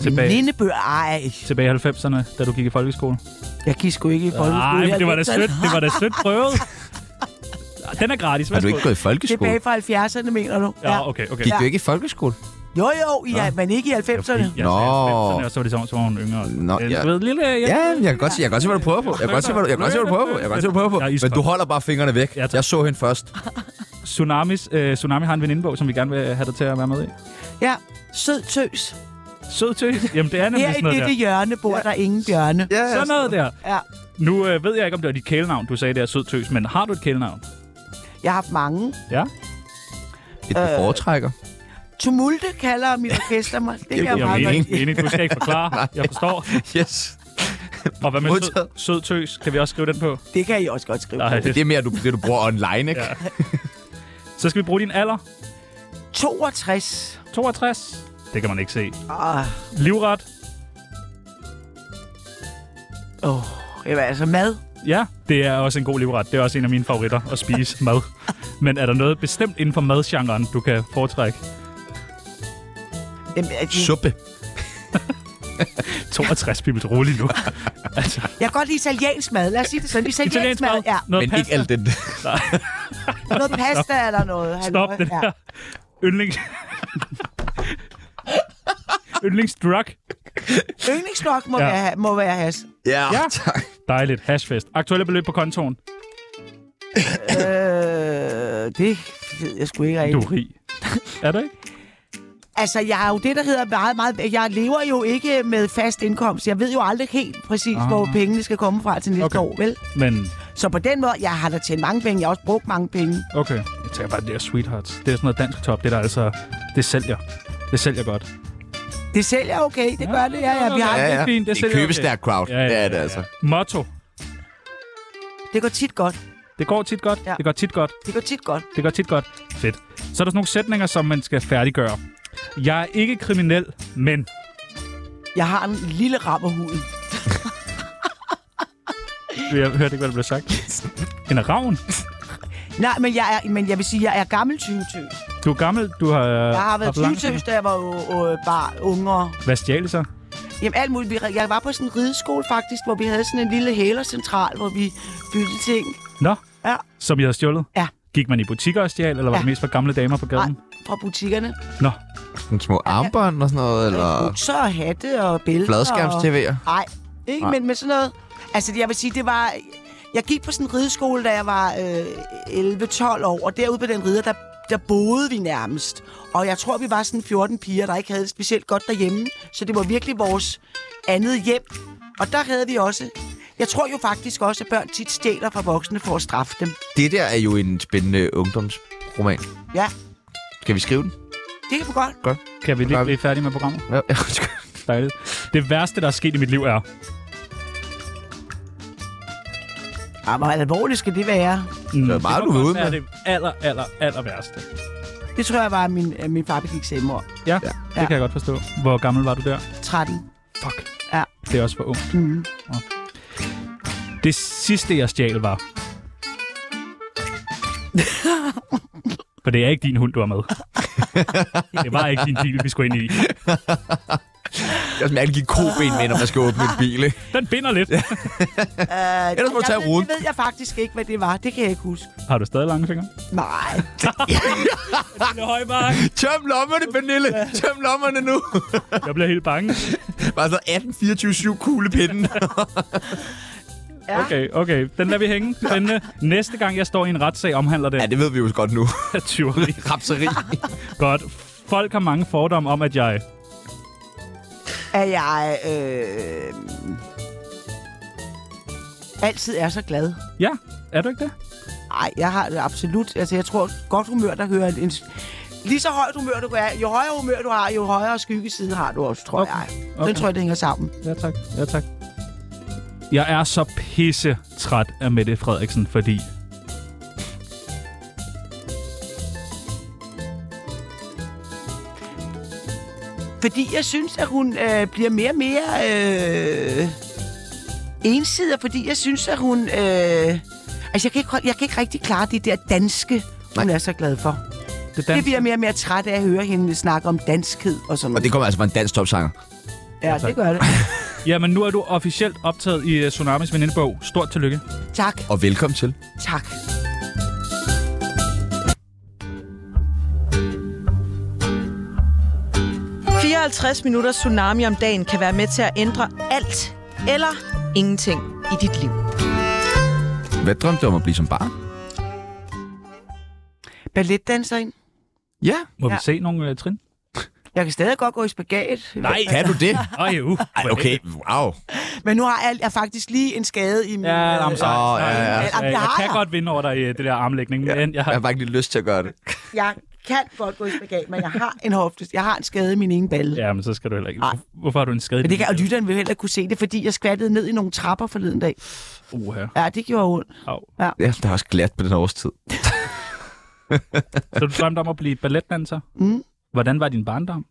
Tilbage,
Lindebøger, ej.
tilbage i 90'erne, da du gik i folkeskole?
Jeg gik sgu ikke i folkeskole.
Nej, men det var da
Jeg-
sødt. Det var da sødt prøvet. Den er gratis.
Har du ikke
værsgo.
gået i folkeskole?
Tilbage fra 70'erne, mener du?
Ja, okay, okay.
Gik du
Ja.
ikke i folkeskole?
Jo, jo, ja, men ikke i 90'erne.
Jeg
Nå.
sagde 90'erne, Og så var det som, som var hun yngre.
Nå,
Øh,
ja.
Du ved, lille...
Ja, men jeg kan godt se, jeg kan godt se, hvad du prøver på. Jeg kan godt se, hvad du, jeg kan godt se, hvad du prøver på. Jeg kan godt se, hvad du prøver på.
Jeg er
Men
iskold.
du holder bare fingrene væk.
Ja, tak.
Jeg så hende først.
Tsunamis, øh, Tsunami har en venindebog, som vi gerne vil have dig til at være med i.
Ja, sød tøs.
Sød tøs. Jamen, det er nemlig
Her
sådan
i
noget
dette
der.
hjørne bor der ingen bjørne.
Ja,
Sådan noget der.
Ja.
Nu øh, ved jeg ikke, om det var dit kælenavn, du sagde, det er sød tøs, men har du et kælenavn?
Jeg har haft mange.
Ja?
Et du foretrækker.
Tumulte kalder mit orkester mig. Det kan jeg
giver
meget
mening.
godt lide.
mening. Du skal ikke forklare. jeg forstår.
Yes.
Og hvad med sød,
Modtaget.
sød tøs? Kan vi også skrive den på?
Det kan I også godt skrive.
Nej,
Det er mere du, det, du bruger online, ikke?
Ja. Så skal vi bruge din alder.
62.
62. Det kan man ikke se.
Åh,
Livret.
oh, jamen altså mad.
Ja, det er også en god livret. Det er også en af mine favoritter at spise mad. Men er der noget bestemt inden for madgenren, du kan foretrække?
Jamen, at-
Suppe.
62 bibels rolig nu. altså,
jeg kan godt lide italiensk mad. Lad os sige det sådan. Italiensk,
italiensk mad.
Ja,
Noget
Men
pasta.
ikke alt den der.
noget pasta eller noget.
Stop
halløj.
det
Ja.
der. Yndlings... Yndlingsdrug.
Yndlingsnok må,
Ja.
ja. være, må være has.
Ja,
Ja.
tak.
Dejligt. Hashfest. Aktuelle beløb på kontoen.
Øh, det ved jeg sgu ikke
Du
rigtigt.
er rig. Er du ikke?
altså, jeg er jo det, der hedder meget, meget... Jeg lever jo ikke med fast indkomst. Jeg ved jo aldrig helt præcis, ah. hvor pengene skal komme fra til næste
Okay.
okay. år, vel?
Men
Så på den måde, jeg har da tjent mange penge. Jeg har også brugt mange penge.
okay, jeg tager bare det der Sweethearts. Det er sådan noget dansk top. Det der altså, det sælger. Det sælger godt.
Det sælger okay, det gør det. Ja, ja, vi har
Ja, ja.
ja, ja.
Det er fint, det
en
sælger okay.
købestærk crowd.
Ja, ja,
Det
ja,
er det altså.
Motto.
Det går tit godt.
Det går tit godt. Ja.
Ja.
Det går tit godt.
Det går tit godt.
Det går tit godt. Fedt. Så er der sådan nogle sætninger, som man skal færdiggøre. Jeg er ikke kriminel, men...
Jeg har en lille ram af huden.
Jeg hørte ikke, hvad der blev sagt. En ravn.
Nej, men jeg, er, men jeg vil sige, jeg er gammel 20-tøs.
Du er gammel. Du har...
Jeg har
haft
været
lang-
20-tøs, da jeg var øh, øh, bare yngre.
Hvad stjal I så?
Jamen alt muligt. Vi- Jeg var på sådan en rideskole faktisk, hvor vi havde sådan en lille hælercentral, hvor vi byttede ting.
Nå,
Ja.
som I havde stjålet?
Ja.
Gik man i butikker og stjal, eller var
Ja.
det mest for gamle damer på
Nej,
gaden?
fra butikkerne.
Nå,
Sådan små armbånd og sådan noget, eller
Bukser og hatte og bælter.
fladskærms-tv'er.
Og... Nej, ikke,
Nej.
men med sådan noget... Altså, jeg vil sige, det var... Jeg gik på sådan en rideskole, da jeg var øh, 11-12 år, og derude på den rider, der, der boede vi nærmest. Og jeg tror, vi var sådan 14 piger, der ikke havde det specielt godt derhjemme. Så det var virkelig vores andet hjem. Og der havde vi også... Jeg tror jo faktisk også, at børn tit stjæler fra voksne for at straffe dem.
Det der er jo en spændende ungdomsroman.
Ja,
Skal vi skrive den?
det kan vi godt.
kan vi lige
Godt.
blive færdige med programmet?
Ja, undskyld.
Dejligt. Det værste, der er sket i mit liv, er...
Ja, hvor alvorligt skal det være?
Mm,
Det er meget, du vil ud
Det
med.
er det aller, aller, aller værste.
Det tror jeg var min, øh, min far begik selvmord.
Ja, ja,
Ja.
det kan jeg godt forstå. Hvor gammel var du der?
13.
Fuck.
Ja.
Det er også for ungt.
Mm.
Det sidste, jeg stjal, var... For det er ikke din hund, du har med. det var ikke din bil, vi skulle ind i.
Det er som alle de koben med, når man skal åbne en bil. ikke?
Den binder lidt.
Uh,
Ellers må du tage ruden.
Det ved jeg faktisk ikke, hvad det var. Det kan jeg ikke huske.
Har du stadig lange fingre?
Nej.
Det er højmark.
Tøm lommerne, Pernille! Tøm lommerne nu!
Jeg bliver helt bange.
Bare så 18-24-7 kuglepinden.
Okay, okay. Den lader vi hænge. Spændende. Næste gang, jeg står i en retssag, omhandler det
ja, det ved vi jo godt nu.
af tyveri.
Rapseri.
Godt. Folk har mange fordomme om, at jeg...
Er jeg... Øh, altid er så glad.
Ja, er du ikke det?
Nej, jeg har det absolut... Altså, jeg tror, godt humør, der hører... En, lige så højt humør, du er, jo højere humør du har, jo højere skyggeside har du også, tror
Okay.
okay. jeg. Den
Okay.
okay. tror jeg, det hænger sammen.
Ja, tak. Ja, tak. Jeg er så pisse træt af Mette Frederiksen, fordi...
Fordi jeg synes, at hun øh, bliver mere og mere øh, ensidig, og fordi jeg synes, at hun... Øh, altså, jeg kan, ikke, jeg kan ikke rigtig klare det der danske, hun er så glad for.
Det
Det
danske...
bliver jeg mere og mere træt af at høre hende snakke om danskhed og sådan
Og
noget.
det kommer altså fra en dansk topsanger.
ja, det gør det.
Jamen, nu er du officielt optaget i øh, Tsunamis venindebog. Stort tillykke.
tak,
Og velkommen til.
tak.
det. 54 minutter tsunami om dagen kan være med til at ændre alt eller ingenting i dit liv.
Hvad drømte du om at blive som barn?
Balletdanserinde.
Ja.
Må ja.
Ja.
vi se nogle uh, trin?
Jeg kan stadig godt gå i spagat.
Nej,
Kan du det?
Ej, uh.
Ej, okay. Wow.
Men nu har jeg, jeg faktisk lige en skade i min...
Ja,
øh,
jamen, så,
Åh,
oh,
ja,
ja,
ja.
ja.
Jamen, det
Jeg
har
kan
jeg.
godt vinde over dig i øh, det der armlægning, ja. men jeg har...
Jeg har faktisk lidt lyst til at gøre det.
jeg kan godt gå i spagat, men jeg har en hofte. Jeg har en skade i min ene balle.
Ja, men så skal du heller ikke...
Nej.
Hvorfor har du en skade? i
Men det
din
kan, og
hale?
lytteren vil heller ikke kunne se det, fordi jeg skvattede ned i nogle trapper forleden dag.
Uha.
Ja, det gjorde ondt.
Au.
Ja, der er også glat på den årstid.
Så du drømte om at blive balletdanser?
Mm.
Hvordan var din barndom?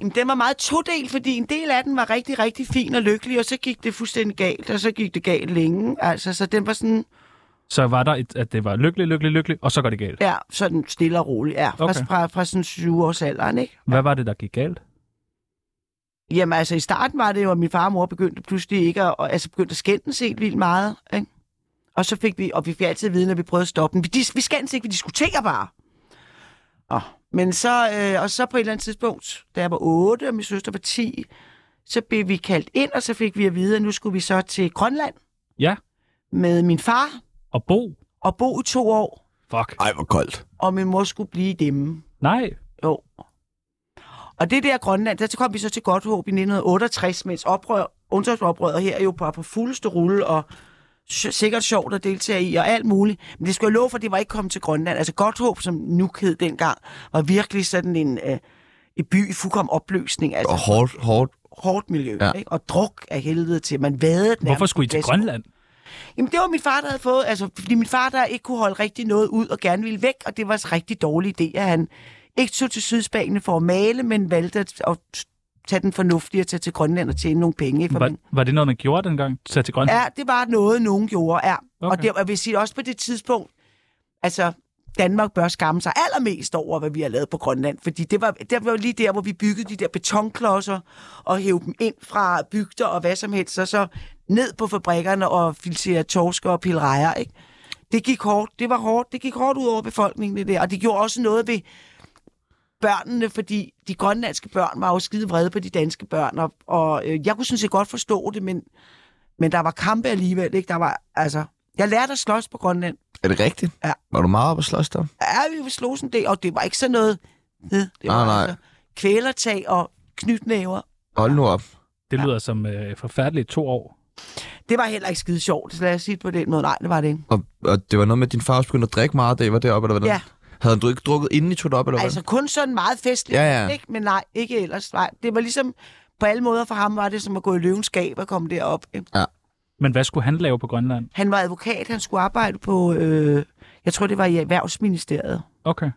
Jamen, den var meget todelt, fordi en del af den var rigtig, rigtig fin og lykkelig, og så gik det fuldstændig galt, og så gik det galt længe. Altså, så den var sådan,
Så var der, et, at det var lykkelig, lykkelig, lykkelig, og så går det galt.
ja, sådan stille og rolig, ja, fra,
Okay.
okay. fra, fra sådan 20 års alderen, ikke?
Hvad var det, der gik galt?
Jamen, altså, i starten var det jo, at min far og mor begyndte pludselig ikke at, og- altså, begyndte at skændes helt vildt meget, ikke? Og så fik vi, og vi fik altid at vide, når vi prøvede at stoppe dem. Vi, dis- vi skændes ikke, vi diskuterer bare. Og, men så, øh, og så på et eller andet tidspunkt, da jeg var 8, og min søster var 10, så blev vi kaldt ind, og så fik vi at vide, at nu skulle vi så til Grønland
Ja,
med min far
og Bo.
og bo i to år,
Fuck.
Ej, hvor koldt.
og min mor skulle blive dem.
Nej,
Jo. Og det der Grønland, der kom vi så til Godthåb i 1968, mens oprør, ungdomsoprøret her jo bare på fuldeste rulle, og s- sikkert sjovt at deltage i, og alt muligt. Men det skulle jeg love for, det var ikke kommet til Grønland. Altså Godthåb, som nu hed dengang, var virkelig sådan en, øh, en by i fuldkommen opløsning. Altså
Og hårdt, hårdt.
hårdt miljø,
Ja.
ja. ikke? og druk af helvede til. Man vadede nærmest
Hvorfor skulle I
på
til
glasset.
Grønland?
Jamen, det var min far, der havde fået, altså, fordi min far, der ikke kunne holde rigtig noget ud og gerne ville væk, og det var en rigtig dårlig idé, at han ikke tog til Sydspanien for at male, men valgte at, at tage den fornuftige og tage til Grønland og tjene nogle penge. Ikke? For
Var,
man,
var det noget, man gjorde dengang? Tag til Grønland?
ja, det var noget, nogen gjorde, ja. Okay.
Okay.
Og det, og jeg vil sige også på det tidspunkt, altså, Danmark bør skamme sig allermest over, hvad vi har lavet på Grønland, fordi det var, det var jo lige der, hvor vi byggede de der betonklodser og hævde dem ind fra bygder og hvad som helst, og så ned på fabrikkerne og filtrere torske og pille rejer, ikke? Det gik hårdt, det var hårdt, det gik hårdt ud over befolkningen det der, og det gjorde også noget ved børnene, fordi de grønlandske børn var jo skide vrede på de danske børn, og, og øh, jeg kunne sådan set godt forstå det, men, men der var kampe alligevel, ikke? Der var, altså, jeg lærte at slås på Grønland.
Er det rigtigt?
Ja.
Var du meget oppe at slås der?
Ja, vi slås en del, og det var ikke sådan noget... øh, Det var
nej.
kvælertag og knytnæver.
Hold nu op.
Det lyder som øh, forfærdeligt to år.
Det var heller ikke skide sjovt, så lad os sige det på den måde. Nej, det var det ikke.
Og, og det var noget med, at din far også begyndte at drikke meget, da I var deroppe, eller hvad?
Ja.
Havde han du ikke drukket, inden I tog op, eller hvad?
Altså kun sådan meget festligt,
Ja, ja.
Ikke? men nej, ikke ellers. Nej. Det var ligesom... På alle måder for ham var det som at gå i løvens skab og komme derop. ikke?
Men hvad skulle han lave på Grønland?
Han var advokat, han skulle arbejde på... Øh, jeg tror, det var i Erhvervsministeriet.
Okay.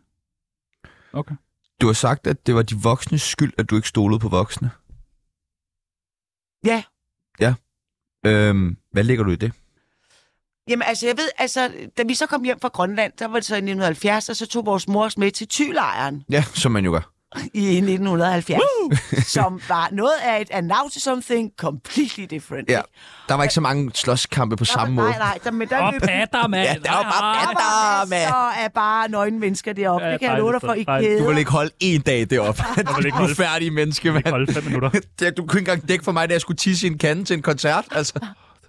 Okay.
Du har sagt, at det var de voksnes skyld, at du ikke stolede på voksne.
Ja,
Øhm, hvad ligger du i det?
Jamen altså, jeg ved, altså, da vi så kom hjem fra Grønland, der var det så i 1970, og så tog vores mor os med til Tylejren.
Ja, som man jo gør.
i 1970, som var noget af et announce something completely different.
Ja.
ikke?
Der var ikke så mange slåskampe på
Der
samme
var,
måde.
nej, nej, der, men der,
Og
løb,
patter, mand!
Ja, der var bare
Ah,
der var masser af bare nøgne mennesker deroppe.
Ja,
Ja, det kan jeg
dejligt
love dig for,
sted.
I
Dejligt.
Du
kæder.
vil ikke holde en dag deroppe.
Jeg vil ikke
Du er
holde,
færdig menneske,
jeg vil ikke
mand.
holde fem minutter.
Det- Du kunne ikke engang dække for mig, da jeg skulle tisse i en kande til en koncert. Altså.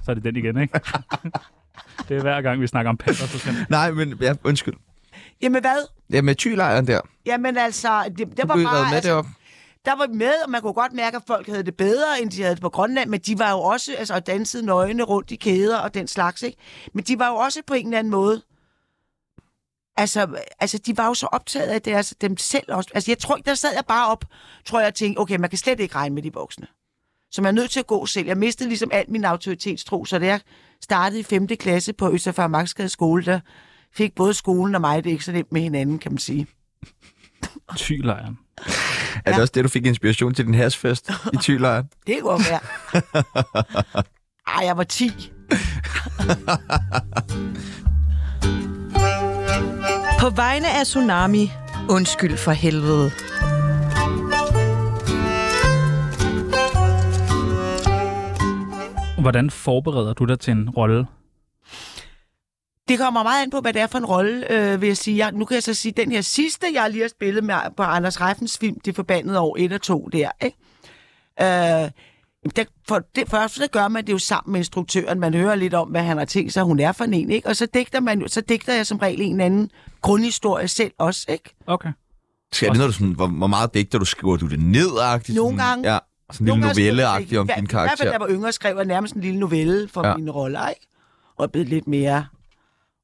Så er det den igen, ikke? det er hver gang, vi snakker om patter, så skal man...
Nej, men ja, undskyld.
Jamen hvad?
Ja, med tylejren der.
Jamen altså, det, der
Du
var
blev
bare...
revet med
altså,
deroppe.
der var vi med, og man kunne godt mærke, at folk havde det bedre, end de havde det på Grønland, men de var jo også, altså, og dansede nøgne rundt i kæder og den slags, ikke? Men de var jo også på en eller anden måde, altså, altså de var jo så optaget af deres, dem selv også. Altså, jeg tror ikke, der sad jeg bare op, tror jeg, og tænkte, okay, man kan slet ikke regne med de voksne. Så man er nødt til at gå selv. Jeg mistede ligesom alt min autoritetstro, så da jeg startede i 5. klasse på Østerfar Magtsgade skole, der fik både skolen og mig det ikke så nemt med hinanden, kan man sige.
Tylejren.
Er det også det, du fik inspiration til din hasfest i tylejren?
Det kunne godt være. Ej, jeg var 10.
På vegne af Tsunami, undskyld for helvede.
Hvordan forbereder du dig til en rolle?
Det kommer meget an på, hvad det er for en rolle, øh, vil jeg sige. Jeg, nu kan jeg så sige, den her sidste, jeg lige har spillet med på Anders Reffens film, Det forbandede år 1 og 2 der, ikke? Øh, der, for det første, så gør man det jo sammen med instruktøren. Man hører lidt om, hvad han har tænkt sig, hun er for en, ikke? Og så digter, man, jo- så digter jeg som regel en eller anden grundhistorie selv også, ikke?
Okay.
Skal det noget, du sådan, hvor, hvor meget digter du skriver? Du det nedagtigt?
Nogle
sådan-
gange.
Ja, sådan en lille
gange skrev jeg-
novelleagtigt om
i hver-
din
I hvert fald, da jeg
karakter.
var yngre, skrev jeg nærmest en lille novelle for
Ja.
ja. mine roller, ikke? Og blev lidt mere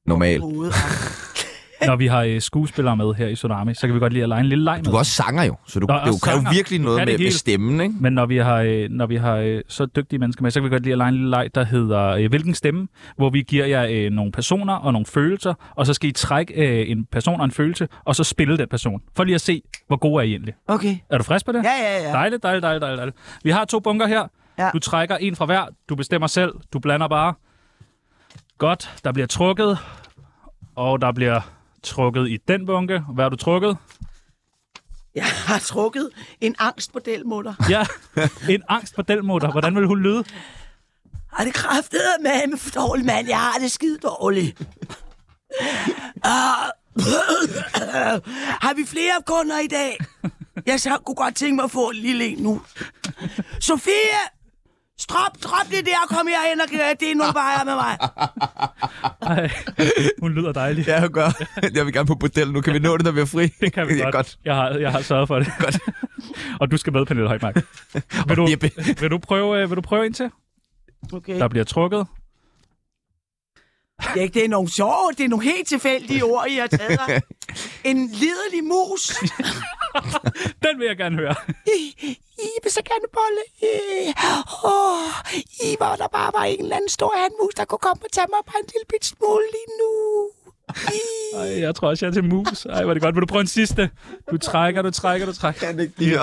Normalt.
hovedet.
Når vi har øh, skuespillere med her i Tsunami, så kan vi godt lide at lege en lille leg med.
Du er også sanger jo, så du,
Nå,
det jo
også
kan jo
sanger.
virkelig
Du
noget
kan
med,
det
med
hele.
stemmen, ikke?
Men når vi har, øh, når vi har øh, så dygtige mennesker med, så kan vi godt lide at lege en lille leg, der hedder øh, Hvilken stemme? Hvor vi giver jer øh, nogle personer og nogle følelser, og så skal I trække øh, en person og en følelse, og så spille den person. For lige at se, hvor gode er I egentlig.
Okay.
Er du frisk på det?
Ja, ja, ja.
Dejligt, dejligt, dejligt, dejligt. dejligt. Vi har to bunker her.
Ja.
Du trækker en fra hver. Du bestemmer selv. Du blander bare. Godt. Der bliver trukket. Og der bliver trukket i den bunke. Hvad har du trukket?
Jeg har trukket en angstmodel mod dig.
Ja, en angst for delmotor. Hvordan vil hun lyde?
Har det kræftet med med for dårligt, mand? Jeg har det skide dårligt. Ah. har vi flere kunder i dag? Jeg så kunne godt tænke mig at få en lille en nu. Sofie! Strop, strop det der, kom herhen og gør det nu bare med mig.
Ej, hun lyder dejlig.
Ja, jeg gør. Jeg vil gerne på bordel. Nu kan vi nå det, når vi er fri.
Det kan vi
Ja,
godt. Jeg, har, jeg har sørget for det.
Godt.
og du skal med, Pernille Højmark. Vil du,
Jeppe.
vil du prøve, øh, vil du prøve en til?
Okay.
Der bliver trukket.
Ja, det er nogle sjove, det er nogle helt tilfældige ord, I har taget her. En liderlig mus.
Den vil jeg gerne høre.
I vil så gerne bolle. Øh, åh, I var der bare var en eller anden stor handmus, der kunne komme og tage mig bare en lille bit smule lige nu.
Ej, jeg tror også, jeg er til mus. Ej, var det godt. Vil du prøve en sidste? Du trækker, du trækker, du trækker.
Kan ikke lige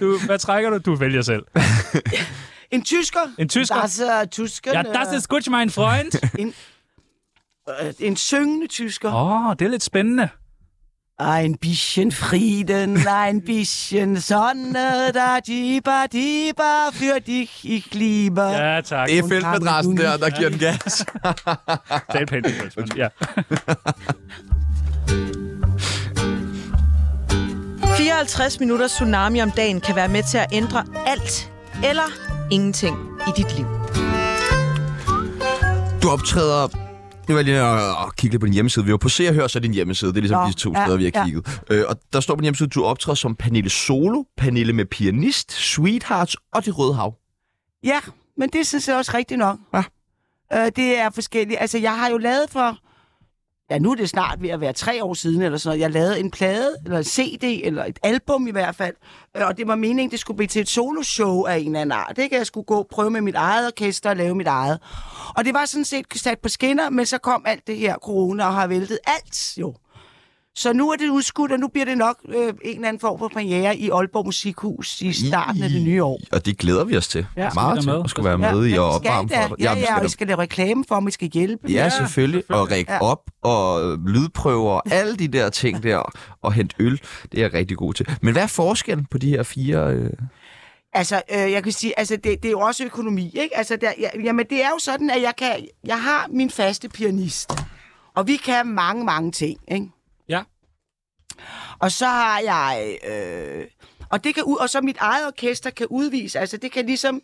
Du, hvad trækker du? Du vælger selv.
En tysker.
En tysker?
Der sidder tyskerne.
Ja,
øh,
das ist gut, mein Freund.
Øh, En syngende tysker.
Åh, oh, det er lidt spændende.
Ein Ah, bisschen Frieden, ein bisschen Sonne, da dieber, dieber, für dich ich liebe.
Ja, tak.
Det er feltmadrassen der, der giver den gas.
Tal pænt, Niels, men ja.
54 minutter tsunami om dagen kan være med til at ændre alt eller ingenting i dit liv.
Du optræder... Nu var jeg lige og, og kigge lidt på din hjemmeside. Vi var på Se og Hør, så din hjemmeside. Det er ligesom
Nå,
de to
ja,
steder, vi har
ja.
kigget. Øh, og der står på din hjemmeside, at du optræder som Pernille Solo, Pernille med pianist, Sweethearts og Det Røde Hav.
Ja, men det synes jeg også rigtigt nok.
Ja.
Øh, det er forskelligt. Altså, jeg har jo lavet for... Ja, nu er det snart ved at være tre år siden, eller sådan noget. Jeg lavede en plade, eller en CD, eller et album i hvert fald. Øh, Og det var meningen, det skulle blive til et soloshow af en eller anden art. Ikke? Jeg skulle gå og prøve med mit eget orkester og lave mit eget. Og det var sådan set sat på skinner, men så kom alt det her corona og har væltet alt jo. Så nu er det udskudt, og nu bliver det nok øh, en eller anden form for premiere i Aalborg Musikhus i starten af det nye år.
Og det glæder vi os til.
Ja.
Ja,
Skal
vi
Meget
da
til
med?
at skulle være med i at
men vi skal
opvarme
da.
for dig.
Ja,
vi
ja, og
da-
vi skal lave reklame for, om vi skal hjælpe.
Ja, selvfølgelig. Og række
Ja.
ja. op, og lydprøver, og alle de der ting der, og hente øl. Det er jeg rigtig god til. Men hvad er forskellen på de her fire... Øh...
Altså, øh, jeg kan sige, altså, det, det er jo også økonomi, ikke? Altså, der, ja, jamen, det er jo sådan, at jeg, kan, jeg har min faste pianist, og vi kan mange, mange ting, ikke?
Ja.
Og så har jeg... Øh, og, det kan ud, og så mit eget orkester kan udvise, altså det kan ligesom...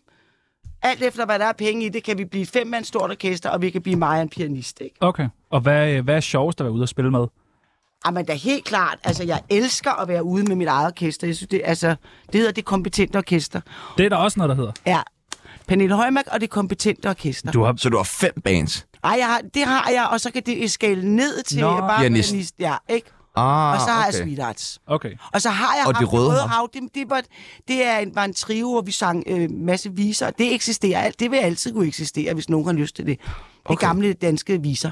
Alt efter, hvad der er penge i, det kan vi blive et femmands stort orkester, og vi kan blive mig og en pianist, ikke?
Okay. Og hvad, øh, hvad er sjovest at være ude og spille med?
Jamen Ah, da helt klart, altså jeg elsker at være ude med mit eget orkester. Jeg synes, det, altså, det hedder Det Kompetente Orkester.
Det er der også noget, der hedder.
Ja. Pernille Højmark og Det Kompetente Orkester.
Du har...
Så du har fem bands.
Ej, jeg har, det har jeg, og så kan det skale ned til
Nå.
Nå, bare
Pianist.
pianist. Ja, ikke?
Ah,
og så har
okay.
jeg Sweethearts.
Okay.
Og så har jeg
Og Det
haft
Røde Hav.
Hav. Det, det, var, det er en, var en trio, hvor vi sang øh, masse viser. Det eksisterer alt. Det vil altid kunne eksistere, hvis nogen har lyst til det. Det okay. gamle danske viser.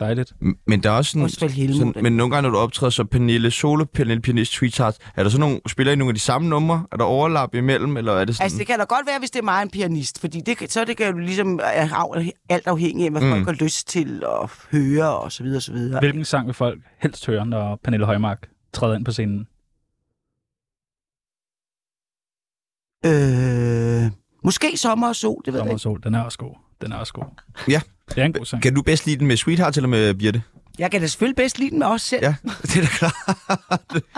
Dejligt.
M- Men der er også sådan,
Og spille hele
sådan
moden.
men nogle gange, når du optræder så Pernille Solo, Pernille Pianist, Sweethearts, er der så nogle, spiller I nogle af de samme numre? Er der overlap imellem, eller er det sådan?
Altså, det kan da godt være, hvis det er mig en pianist, fordi det, kan- så det kan jo ligesom er af- alt afhængig af, hvad mm. folk har lyst til at høre, og så videre, og så videre.
Hvilken sang vil folk helst høre, når Pernille Højmark træder ind på scenen?
Øh, måske sommer og sol, det ved
Sommer
jeg
og
ikke.
sol. Den er også god. Den er også god.
Ja.
Det er en god sang.
Kan du bedst lide den med Sweethearts eller med Birte?
Jeg kan da selvfølgelig bedst lide den med os selv. Ja.
Ja, det er da klart.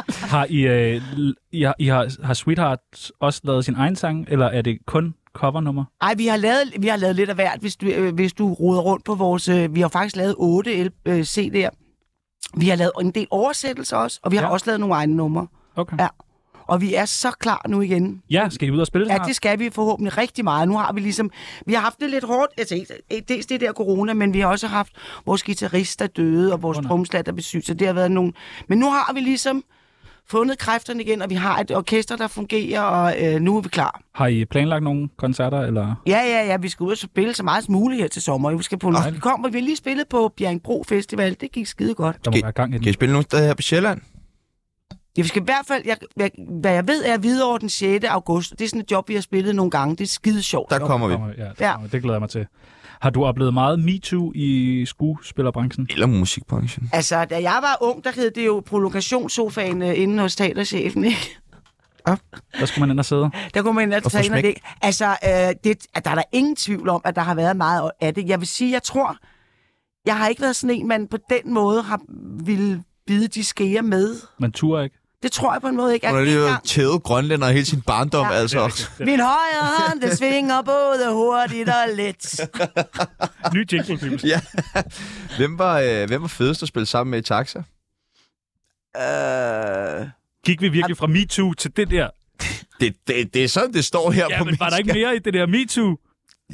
Har I, øh, l- I, har, I har, har Sweetheart også lavet sin egen sang, eller er det kun covernummer?
Ej, vi har, lavet, vi har lavet lidt af hvert, hvis du, øh, hvis du roder rundt på vores... Øh, vi har faktisk lavet otte L- øh, CD'er. Vi har lavet en del oversættelser også, og vi har
Ja.
også lavet nogle egne numre.
Okay.
Ja. Og vi er så klar nu igen.
Ja, skal I ud og spille
Ja,
snart?
det skal vi forhåbentlig rigtig meget. Nu har vi ligesom... Vi har haft det lidt hårdt. Altså, eh, dels det der corona, men vi har også haft vores guitarist, der døde, og vores
Åh, nej.
tromslat, der blev syg, så det har været nogen... Men nu har vi ligesom fundet kræfterne igen, og vi har et orkester, der fungerer, og øh, nu er vi klar.
Har I planlagt nogle koncerter, eller?
Ja, ja, ja, vi skal ud og spille så meget som muligt her til sommer. Vi skal på en vi kommer, vi har lige spillet på Bjerringbro Festival, det gik skide godt.
Der må
Skal-
være gang i den.
Kan I spille nogle steder her på Sjælland?
Ja, vi skal i hvert fald, jeg, jeg, hvad jeg ved, er Hvidovre den 6. august. Det er sådan et job, vi har spillet nogle gange. Det er skide sjovt.
Der kommer vi.
Kommer- Ja,
Ja.
ja. Det glæder jeg mig til. Har du oplevet meget MeToo i skuespillerbranchen?
Eller musikbranchen.
Altså, da jeg var ung, der hed det jo prolongationssofaen øh, inde hos teaterchefen, ikke?
Der skulle man ind og sidde.
Der kunne man ind og
Og få
træne
smæk.
det. Altså, øh, det, at der er der ingen tvivl om, at der har været meget af det. Jeg vil sige, jeg tror, jeg har ikke været sådan en, man på den måde har ville bide de skære med.
Man turer ikke.
Det tror jeg på en måde ikke.
Hun har
At
lige
en
været
gang,
tævet grønlænder hele sin barndom, ja, altså.
min højre hånd, det svinger både hurtigt og let. Øh,
Ny jingle, Pibels.
Ja. Hvem var, øh, hvem var fedest at spille sammen med i Taxa?
Øh,
Gik vi virkelig fra MeToo til det der?
Det, det, det er sådan, det står her
Ja,
på
men var der ikke
skærm.
mere i det der MeToo?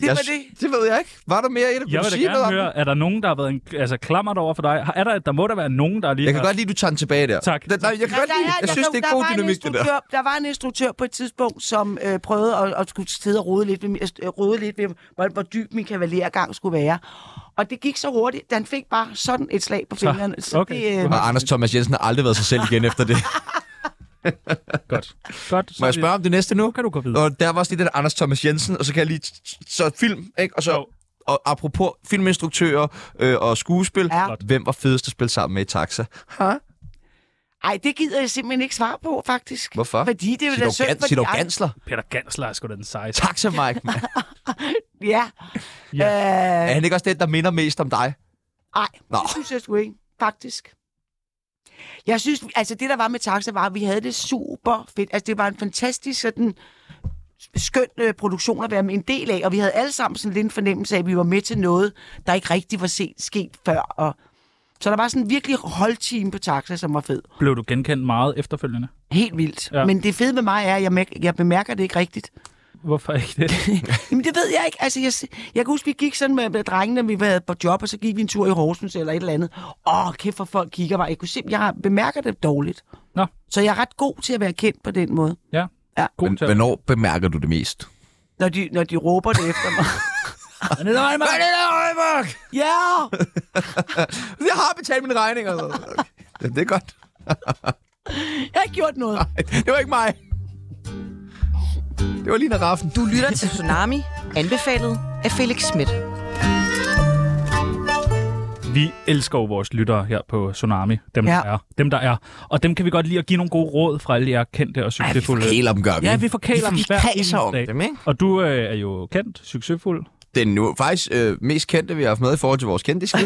Det var
Jeg sy-
det.
Det ved jeg ikke. Var der mere i det? Vil
Jeg
du
vil da
sige noget
gerne
om det?
høre, er der nogen, der har været en, altså, klammert over for dig? Har- Er der, der må der være nogen, der lige
Jeg kan
har...
godt lide, at du tager den tilbage der.
Tak.
Den, nej, jeg kan godt lide, jeg synes, det er god dynamik, det der.
der. Der var en instruktør på et tidspunkt, som øh, prøvede at, at skulle sidde og rode lidt ved, min- øh, rode lidt ved hvor, hvor dyb min kavalergang skulle være. Og det gik så hurtigt, at han fik bare sådan et slag på
Så,
fingrene. Så
okay.
det, øh,
Og Anders Thomas Jensen har aldrig været sig selv igen efter det.
Godt. Godt. så
Må jeg
vi-
spørge om det næste nu?
Nu kan du gå videre.
Og der var også lige det der Anders Thomas Jensen, og så kan jeg lige... t- t- Så film, ikke? Og
Jo.
så... Og apropos filminstruktører øh, og skuespil,
Ja.
ja. hvem var fedest at spille sammen med i Taxa?
ej, det gider jeg simpelthen ikke svare på, faktisk.
Hvorfor?
Fordi det er jo da synd for
Sig dog
de andre.
Gansler.
Peter Gansler er sgu da den sejeste.
Taxa, Mike. Man.
Ja.
Ja.
Øh,
Er han ikke også den, der minder mest om dig?
Nej,
Nå.
det synes jeg sgu ikke, faktisk. Jeg synes, altså det der var med taxa, var, at vi havde det super fedt. Altså det var en fantastisk sådan skøn øh, produktion at være med en del af, og vi havde alle sammen sådan lidt en fornemmelse af, at vi var med til noget, der ikke rigtig var set, sket før. Og, så der var sådan virkelig holdteam på taxa, som var fed.
Blev du genkendt meget efterfølgende?
Helt vildt.
Ja.
Ja. Men det fede med mig er, at jeg, mær- jeg bemærker det ikke rigtigt.
Hvorfor ikke det?
Jamen, det ved jeg ikke. Altså, jeg, jeg kan huske, vi gik sådan med, med drengene, vi var på job, og så gik vi en tur i Horsens eller et eller andet. Åh, kæft, hvor folk kigger mig. Jeg, kunne se, jeg har- bemærker det dårligt.
Nå.
Så jeg er ret god til at være kendt på den måde,
Ja.
Ja.
God til at...
hvornår bemærker du det mest?
når de, når de råber det efter mig. Ja!
Jeg har betalt mine regninger. Okay. Ja, det er godt.
Jeg har ikke gjort noget.
Det var ikke mig. Det var Lina Raffen.
Du lytter til Tsunami, anbefalet af Felix Schmidt.
Vi elsker jo vores lyttere her på Tsunami. Dem,
Ja.
der er. Dem, der er. Og dem kan vi godt lide at give nogle gode råd fra alle jer kendte og succesfulde.
Hele om gør vi.
Ja, vi forkæler dem
vi
hver
kredser
eneste
om
dag.
dem, ikke?
Og du øh, er jo kendt, succesfuld,
Den nu faktisk øh, mest kendte, vi har haft med i forhold til vores kendte.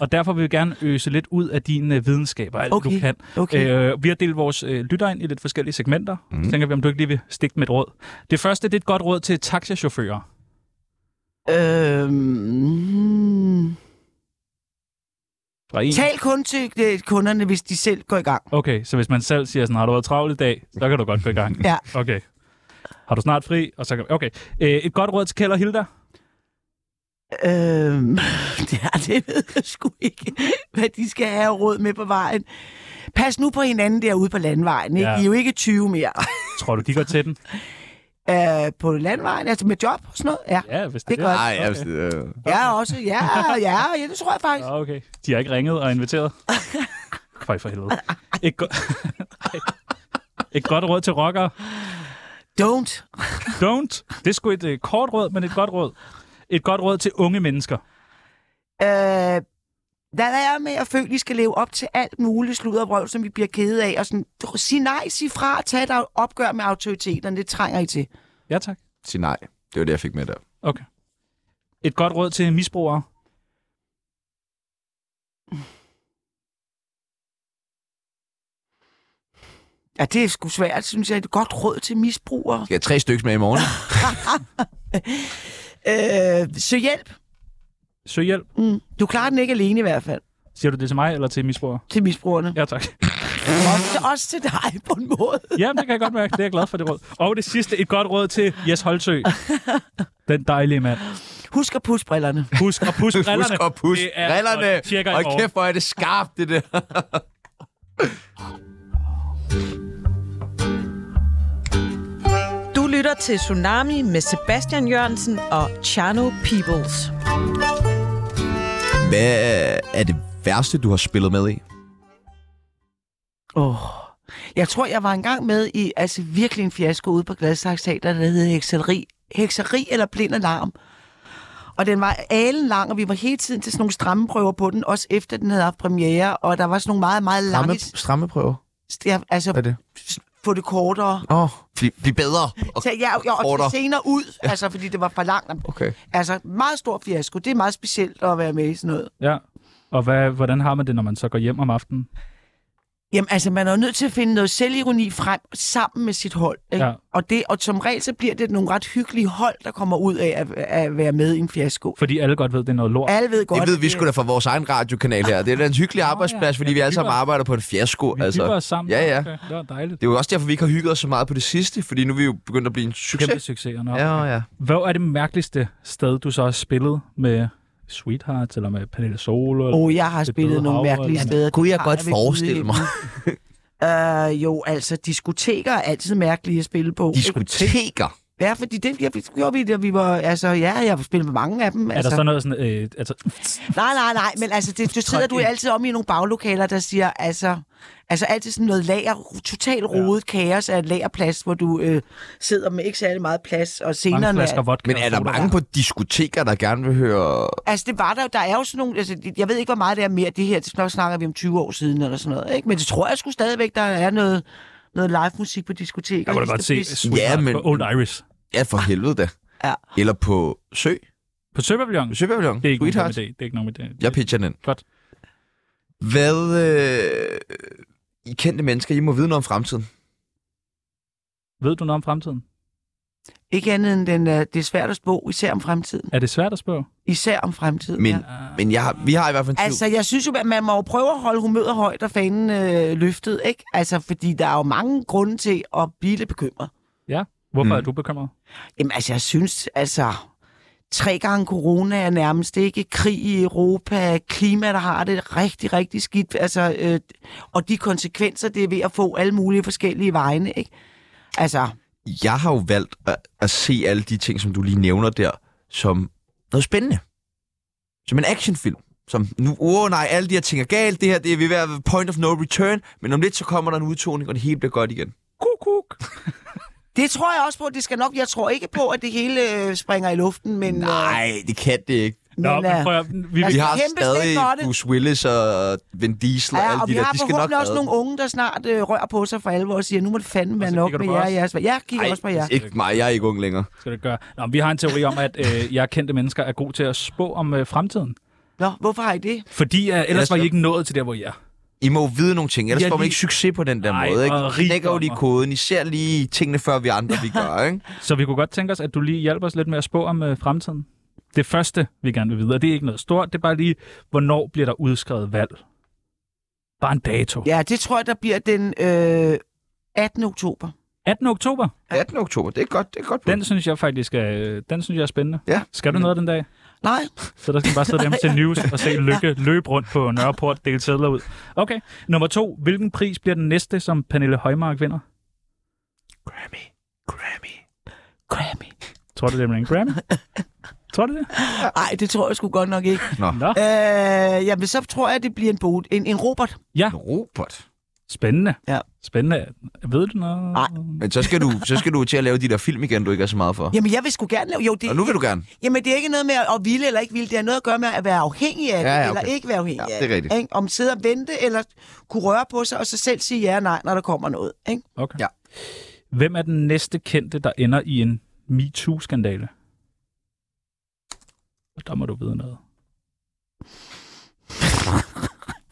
og derfor vil vi gerne øse lidt ud af dine øh, videnskaber, alt okay.
Okay,
du kan.
okay.
Øh, vi har delt vores øh, lytter ind i lidt forskellige segmenter. Mm. Så tænker vi, om du ikke lige vil stikke med et råd. Det første, det er et godt råd til taxachauffører.
Øhm,
Fra en.
tal kun til øh, kunderne, hvis de selv går i gang.
Okay, så hvis man selv siger sådan, har du været travl i dag, så kan du godt gå i gang.
Ja.
Okay. Har du snart fri? Og så kan... Okay. Øh, et godt råd til Kjell og Hilda.
Øhm, ja, det ved jeg sgu ikke, hvad de skal have af råd med på vejen. Pas nu på hinanden derude på landvejen. Ikke?
Ja.
Ja. I er jo ikke 20 mere.
Tror du, de går til den?
Øh, på landvejen, altså med job og sådan noget. Ja,
Ja, hvis det,
Det er godt.
Nej, altså, øh,
ja også. Ja, ja, ja, det tror jeg faktisk.
Ja, okay. De har ikke ringet og inviteret. Føj for helvede. Et, go- Ej. et godt råd til rockere.
Don't.
Don't. Det er sgu et øh, kort råd, men et godt råd. Et godt råd til unge mennesker.
Øh, lad være med at føle, at I skal leve op til alt muligt sludder og vrøvl, som vi bliver kede af. Og sådan, sig nej, sig fra, tag et opgør med autoriteterne. Det trænger I til.
Ja, tak.
sig nej. Det var det, jeg fik med der.
Okay. Et godt råd til misbrugere.
Ja, det er sgu svært, synes jeg. Et godt råd til misbrugere.
Skal jeg tre stykker med i morgen?
Øh, søg hjælp.
Søg hjælp.
Mm. Du klarer den ikke alene i hvert fald,
Siger du det til mig eller til misbrugere?
til misbrugerne.
Ja, tak.
Også, også til dig på en måde.
Jamen, det kan jeg godt mærke. Det er jeg glad for, det råd. Og det sidste, et godt råd til Jes Holtsø. Den dejlige mand.
Husk at pusse brillerne.
Husk at pusse brillerne.
Husk at pusse
Det er- og tjekker
brillerne.
i
Og
morgen.
kæft, hvor er det skarpt, det der.
Du lytter til Tsunami med Sebastian Jørgensen og Chano Peoples.
Hvad er det værste, du har spillet med i?
Oh. Jeg tror, jeg var engang med i altså virkelig en fiasko ude på Gladsaxe Teater, der hed Hekseri. Hekseri eller blind alarm. Og den var alen lang, og vi var hele tiden til sådan nogle stramme prøver på den, også efter den havde haft premiere, og der var sådan nogle meget, meget lange...
stramme prøver.
Ja, altså,
det?
få det kortere.
Åh, oh, bliv, bliv bedre.
Så jeg, jeg, og
kortere.
tage senere ud, altså, fordi det var for langt.
Okay.
Altså, meget stor fiasko. Det er meget specielt at være med i sådan noget.
Ja. Og hvad, hvordan har man det, når man så går hjem om aftenen?
Jamen altså, man er jo nødt til at finde noget selvironi frem sammen med sit hold. Ikke?
Ja.
Ja. Og, det, og som regel, så bliver det nogle ret hyggelige hold, der kommer ud af at, at være med i en fiasko.
Fordi alle godt ved, det er noget lort.
Alle ved godt,
Det ved vi
at
sgu da fra vores egen radiokanal her. Det er da en hyggelig arbejdsplads, fordi vi alle sammen arbejder på en fiasko.
Vi altså,
Altså.
os sammen.
Ja, ja.
Okay, det var dejligt.
Det er jo også derfor, vi ikke har hygget os så meget på det sidste, fordi nu er vi jo begyndt at blive en
Kæmpe
succes.
succeser. Nå.
Ja, ja.
Hvad er det mærkeligste sted, du så har spillet med Sweethearts, eller med Pernille Solo? Eller?
Oh, jeg har
Det
spillet
Døde
nogle
Hav,
mærkelige
eller-
steder.
Kunne jeg
Det
godt
har ved Gud
forestille
ikke.
mig.
Øh, jo, altså, diskoteker er altid mærkelige at spille på.
Diskoteker.
Ja, fordi det, ja, det gjorde vi, da vi var... Altså, ja, jeg har spillet med mange af dem.
Er der
altså.
sådan noget sådan... Øh, altså,
Nej, nej, nej, men altså, det, du sidder du er altid om i nogle baglokaler, der siger, altså, altså altid sådan noget lager, total rodet ja. kaos af et lagerplads, hvor du øh, sidder med ikke særlig meget plads, og
mange
scenerne...
flasker
Er,
vodka.
Men er
og
der
soda.
mange på diskoteker, der gerne vil høre...
altså, det var der jo, der er jo sådan nogle, altså, jeg ved ikke, hvor meget det er mere, det her, det nok snakker vi om 20 år siden, eller sådan noget, ikke? Men det tror jeg sgu stadigvæk, der er noget, noget live musik på diskoteker.
Jeg kunne da godt se
Ja,
Sweethearts
men-
på Old Irish.
Ja, for helvede da.
Ja.
Eller på Sø.
På Søpavillon?
Søpavillon.
Det er ikke nogen
Sweetheart.
idé. Det er ikke nogen idé.
Jeg pitcher den.
Godt.
Hvad... Øh, I kendte mennesker, I må vide noget om fremtiden.
Ved du noget om fremtiden?
Ikke andet end, den, øh, det er svært at spå, især om fremtiden.
Er det svært at spørge?
Især om fremtiden,
Men,
ja.
ja. men jeg, har- vi har i hvert fald en tvivl.
Altså, jeg synes jo, at man må jo prøve at holde humøret højt og fanen øh, løftet, ikke? Altså, fordi der er jo mange grunde til at blive lidt bekymret.
Ja. Hvorfor
Mm.
er du bekymret?
Jamen, altså, jeg synes, altså... Tre gange corona er nærmest ikke krig i Europa, klima, der har det rigtig, rigtig skidt, altså, øh, og de konsekvenser, det er ved at få alle mulige forskellige vegne, ikke? Altså,
jeg har jo valgt at, at se alle de ting, som du lige nævner der, som noget spændende. Som en actionfilm. Som nu, åh oh, nej, alle de her ting er galt, det her det er ved at være point of no return, men om lidt så kommer der en udtoning, og det hele bliver godt igen.
Kuk, kuk.
det tror jeg også på, det skal nok, jeg tror ikke på, at det hele øh, springer i luften, men... øh,
Nej, det kan det ikke.
Nå,
men,
men
øh,
prøv at, vi,
Vi
Altså,
har
kæmpe slik
stadig
for det.
Bruce Willis og Vin Diesel og
Ja,
alle
og
de
vi
der,
har
de skal nok
forhåbentlig også nogle unge, der snart øh, rører på sig for alvor og siger, nu må det fandme være
så
nok
kigger du
med
på
jer og
os?
jeres... Jeg kigger også på jer.
ikke mig, jeg er ikke ung længere.
skal det gøre. Nå, men vi har en teori om, at øh, jeg kendte mennesker er gode til at spå om øh, fremtiden.
Nå, hvorfor har I det?
Fordi øh, ellers
Ellers
var I
så-
ikke nået til der, hvor I er.
I må jo vide nogle ting, ellers
Ja,
får man
lige-
ikke succes på den der
Nej,
måde. Ikke?
og
I knækker jo lige
rigdommer.
koden, I ser lige tingene, før vi andre vi gør. Ikke?
Så vi kunne godt tænke os, at du lige hjælper os lidt med at spå om øh, fremtiden. Det første, vi gerne vil vide, og det er ikke noget stort, det er bare lige, hvornår bliver der udskrevet valg? Bare en dato.
Ja, det tror jeg, der bliver den øh, 18. oktober.
18. oktober.
18. oktober, det er godt, det er godt. bud.
Den synes jeg faktisk er, øh, den synes jeg er spændende.
Ja.
Skal du noget den dag?
Nej,
Så der skal man bare sidde derhjemme til news og se Lykke løbe rundt på Nørreport, dele sædler ud. Okay. Nummer to. Hvilken pris bliver den næste, som Pernille Højmark vinder?
Grammy. Grammy.
Grammy.
Tror du, det bliver en Grammy? Tror du det?
Nej, det tror jeg sgu godt nok ikke.
Nå,
Øh, jamen, så tror jeg, det bliver en, bot, en, en Robert.
Robert.
spændende.
Ja.
Spændende. Ved du noget?
Nej.
Men så skal, du, så skal du til at lave de der film igen, du ikke er så meget for.
Jamen, jeg vil sgu gerne lave... Jo, det,
Og nu vil du gerne.
Jamen, det er ikke noget med at ville eller ikke ville. Det har noget at gøre med at være afhængig af det,
Ja, ja,
eller
okay.
ikke være afhængig
Ja,
af
det er rigtigt.
Ikke? Om sidde og vente, eller kunne røre på sig, og så selv sige ja og nej, når der kommer noget. Ikke?
Okay.
Ja.
Hvem er den næste kendte, der ender i en MeToo-skandale? Og Der må du vide noget.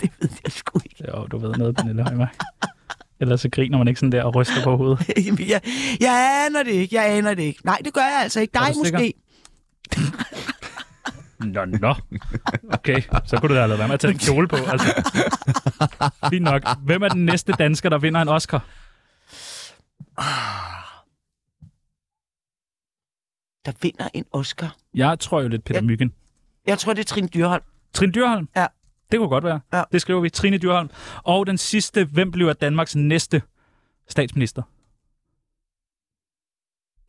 Det ved jeg sgu ikke.
Jo, du ved noget, Pernille Højmark. Ellers så griner man ikke sådan der og ryster på hovedet.
Jamen, jeg, jeg aner det ikke, jeg aner det ikke. Nej, det gør jeg altså ikke.
Er
Dig
du sikker?
måske.
Nå, nå. Okay, så kunne du da have lavet være med at tage en kjole på. Altså. Fint nok. Hvem er den næste dansker, der vinder en Oscar?
Der vinder en Oscar.
Jeg tror jo lidt Peter
Ja.
Myggen.
Jeg tror, det er Trine Dyrholm.
Trine Dyrholm?
Ja.
Det kunne godt være.
Ja.
Det skriver vi. Trine Dyrholm. Og den sidste. Hvem bliver Danmarks næste statsminister?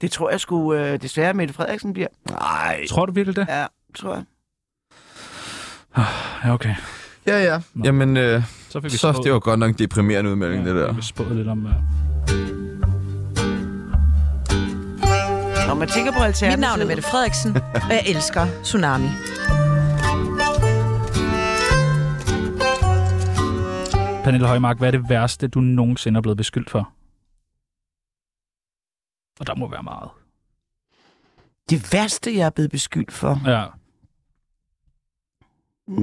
Det tror jeg sgu øh, desværre, Mette Frederiksen bliver.
Nej.
Tror du virkelig det?
Øh. Ja, tror jeg.
Ja, okay.
Ja, ja. Jamen, øh,
Så fik vi
så
spået-
det var godt nok en deprimerende udmelding, det der.
Vi spået lidt om... Uh...
Når man tænker på alternativet...
Mit navn er Mette Frederiksen, og jeg elsker Tsunami.
Pernille Højmark, hvad er det værste, du nogensinde er blevet beskyldt for? Og der må være meget.
Det værste, jeg er blevet beskyldt for.
Ja.
Øh. Mm.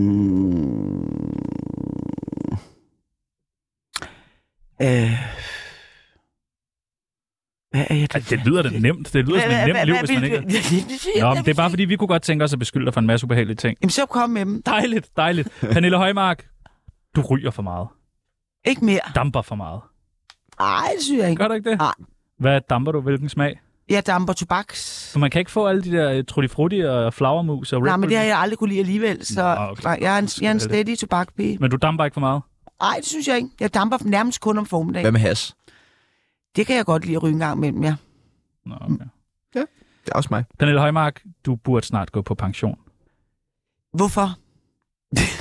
Ej, det lyder da nemt. Det lyder som et nemt liv, hvis man ikke... Nå, men det er bare fordi, vi kunne godt tænke os at beskylde dig for en masse ubehagelige ting.
Jamen, så kom med dem.
Dejligt, dejligt. Pernille Højmark, du ryger for meget.
Ikke mere.
Damper for meget.
Nej, det synes jeg ikke.
Gør du ikke det?
Nej.
Hvad damper du? Hvilken smag?
Jeg damper tobaks.
For man kan ikke få alle de der øh, trulifrutti og flagermus og Red
Nej, men
Bull.
det har jeg aldrig kunne lide alligevel, så
Nå, okay.
nej, jeg er en, jeg er en
Skal jeg
steady tobakpige.
Men du damper ikke for meget?
Nej, det synes jeg ikke. Jeg damper nærmest kun om
Hvad
formiddagen.
med has?
Det kan jeg godt lide at ryge en gang imellem, ja.
Nå, okay.
Det er også mig.
Pernille Højmark, du burde snart gå på pension.
Hvorfor?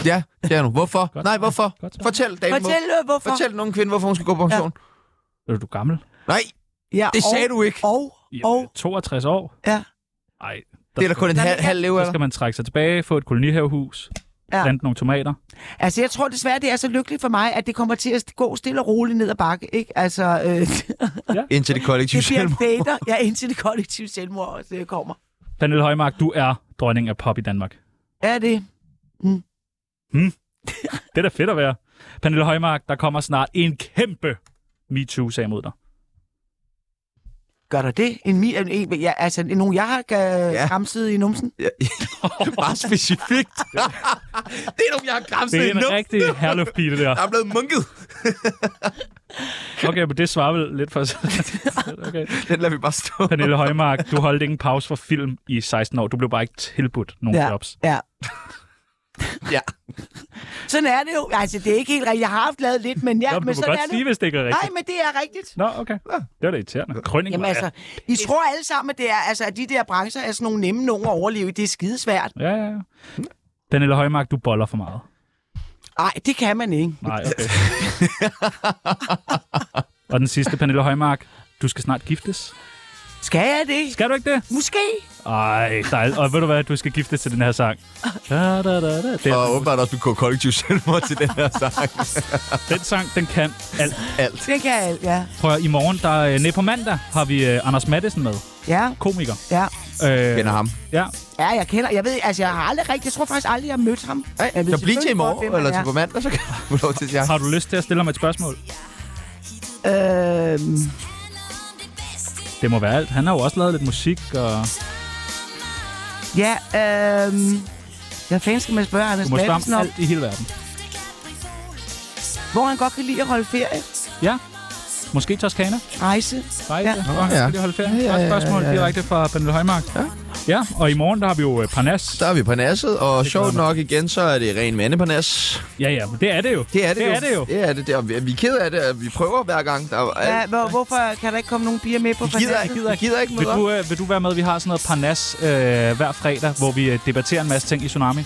Ja, det er nu. Hvorfor?
Godt.
Nej, hvorfor?
Godt så.
Fortæl damen.
Fortæl, øh, hvorfor.
hvor, fortæl den unge kvinde, hvorfor hun skal gå på pension. Ja.
Er du gammel?
Nej,
Ja,
det
og,
sagde du ikke.
Og, og,
Jamen, 62 øh, år?
Ja.
Ej, der
Det er da
skal-
kun en halv, halv leve
Så
eller?
skal man trække sig tilbage, få et kolonihavehus, ja.
Ja.
plante nogle tomater.
altså jeg tror desværre, det er så lykkeligt for mig, at det kommer til at gå stille og roligt ned ad bakke, ikke? Altså, øh,
Indtil det kollektive
det bliver en
selvmord.
fader, ja, indtil det kollektive selvmord også øh, kommer.
Pernille Højmark, du er dronning af pop i Danmark.
Er det?
Det er da fedt at være. Pernille Højmark, der kommer snart en kæmpe MeToo-sag mod dig.
Gør der det? En, mi- en, en, ja, altså, nogen, jeg har
Ja.
ja. kramset i numsen?
Ja. Bare specifikt. det er nogen, jeg har kramset
Det er
i
en
numsen.
rigtig herlufpige, det der.
Der er blevet munket.
Okay, men det svarer vel lidt for sig. Okay.
Den lader vi bare stå.
Pernille Højmark, du holdt ingen pause for film i 16 år. Du blev bare ikke tilbudt nogen ja.
Ja.
jobs.
Ja.
Ja.
Sådan er det jo. Altså, det er ikke helt rigtigt. Jeg har haft lavet lidt, men ja,
Nå, men
men
du må
sådan
godt
er det.
sige, hvis det ikke er rigtigt.
Nej, men det er rigtigt.
Nå, okay. Det var da irriterende. Krønning
Jamen altså, I tror alle sammen, at, det er, altså, at de der brancher er sådan nogle nemme nogen at overleve i. Det er skidesvært.
Ja, ja, ja. Pernille Højmark, du boller for meget.
Nej, det kan man ikke.
Nej, okay. Og den sidste, Pernille Højmark. Du skal snart giftes.
Skal jeg det?
Skal du ikke det?
Måske.
Ej, dejligt. Og ved du hvad, du skal giftes til den her sang. Da, da, da, da. Det
Og
er,
åbenbart også begå kollektiv selvmord til den her sang.
den sang, den kan alt.
Alt.
Det kan jeg, ja.
Prøv at, i morgen, der, øh, nej, på mandag har vi øh, Anders Mattesen med.
Ja,
Komiker.
ja.
Øh,
Kender ham.
ja.
Ja, jeg kender. Jeg ved, altså, jeg har aldrig rigtig... Jeg tror faktisk aldrig, jeg har mødt ham. Jeg ved
Så bliv
selvfølgelig
til i
godt, hvem
morgen,
han
eller
er.
til på mandag, så kan du få lov til at sige.
Har du lyst til at stille mig et spørgsmål?
Øhm,
Det må være alt. Han har jo også lavet lidt musik, og
ja, øhm... Jeg fanden skal man spørge Anders
du må
Madsen
spørge om
om,
alt i hele verden.
hvor han godt kan lide at holde ferie,
Ja. Måske Toskana?
rejse.
Rejse?
Ja.
Ja.
Ja.
Skal de holde ferie? Ja, ja, ja, ja. spørgsmål direkte fra Pernille Højmark. Ja. ja, og i morgen, der har vi jo øh, Parnas.
Så er vi på nasset, og sjovt nok igen, så er det ren mandeparnas.
Ja, ja, men det er det jo.
Det er det,
det
jo.
Er det jo.
Det er det, det er, vi vi er ked af det, og vi prøver hver gang. Der er,
Ja,
alt.
hvor, hvorfor kan der ikke komme nogen piger med på
Vi gider,
fantasien?
ikke, vi gider ikke
Vil
møde op.
du, øh, vil du være med? Vi har sådan noget Parnas øh, hver fredag, hvor vi øh, debatterer en masse ting i Tsunami.
Ja,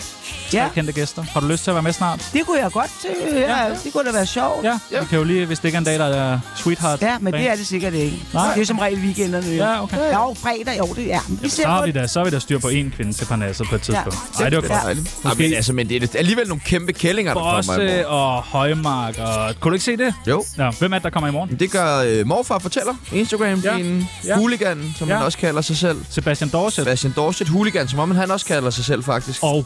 Ja. Kendte gæster. Har du lyst til at være med snart?
det kunne jeg godt til. Ja, det kunne da være sjovt.
Ja, ja.
Ja.
vi kan jo lige, hvis det ikke er en dag, der er sweetheart.
Ja, men det er det sikkert ikke.
Nej.
Nej. Det er som regel weekenderne. jo.
Ja, okay.
Jo, fredag, jo, det er. Vi
så har
på
vi
det.
da, så har vi da styr på én kvinde til Parnasset på et tidspunkt. Nej, det var godt.
Ja. Ja,
Måske-
men, altså, men det er alligevel nogle kæmpe kællinger, der kommer i
Bosse
morgen.
og Højmark og... Kunne du ikke se det?
Jo.
Ja, hvem er det, der kommer i morgen?
Det gør øh, morfar fortæller. Instagram,
Ja.
ja. din
Ja.
ja. hooligan, som
Ja.
ja. han også kalder sig selv.
Sebastian Dorset
Sebastian Dorset, hooligan, som om han også kalder sig selv, faktisk.
og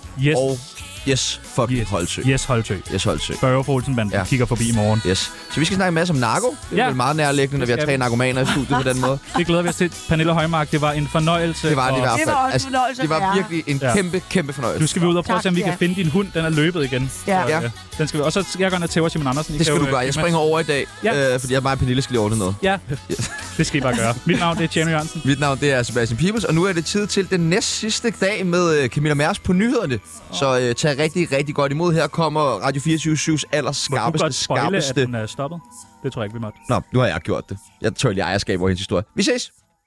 Yes,
og yes, fuck yes.
yes,
Holtsø. Yes,
yes Holtø.
yes Holtsø.
Børge for Olsenbanden ja.
Ja.
kigger forbi i morgen.
Yes. Så vi skal snakke en masse om narko. Det er
Ja.
ja. vel meget nærliggende, når vi har
skal
tre
vi.
narkomaner i studiet på den måde.
Det glæder vi os til. Pernille Højmark, det var en fornøjelse.
Det var det
og
i hvert fald. Altså,
Det var også en fornøjelse
det
at være
var
her.
virkelig en
Ja.
ja. kæmpe, kæmpe fornøjelse.
Nu skal vi ud og prøve at
Tak,
se, om vi
ja.
kan finde din hund. Den er løbet igen.
Ja.
Så,
Ja.
øh, Den skal vi. Og så skal jeg gøre noget til Simon Andersen. I
Det skal
kan
du
jo, øh,
gøre. Jeg
give mig-
springer over i dag,
Ja.
ja. øh, fordi jeg og mig og Pernille skal lige ordne noget.
Ja, det skal I bare gøre. Mit navn det er Tjerno Jørgensen.
Mit navn det er Sebastian Pibels, og nu er det tid til den næst sidste dag med øh, Camilla Mærs på nyhederne. Så øh, tag rigtig, rigtig godt imod. Her kommer Radio 24-7's
Må du
allerskarpeste,
godt spoile, at
skarpeste...
den er stoppet? Det tror jeg ikke, vi måtte.
Nå, nu har jeg gjort det. Jeg tør lige ejerskab over hendes historie. Vi ses!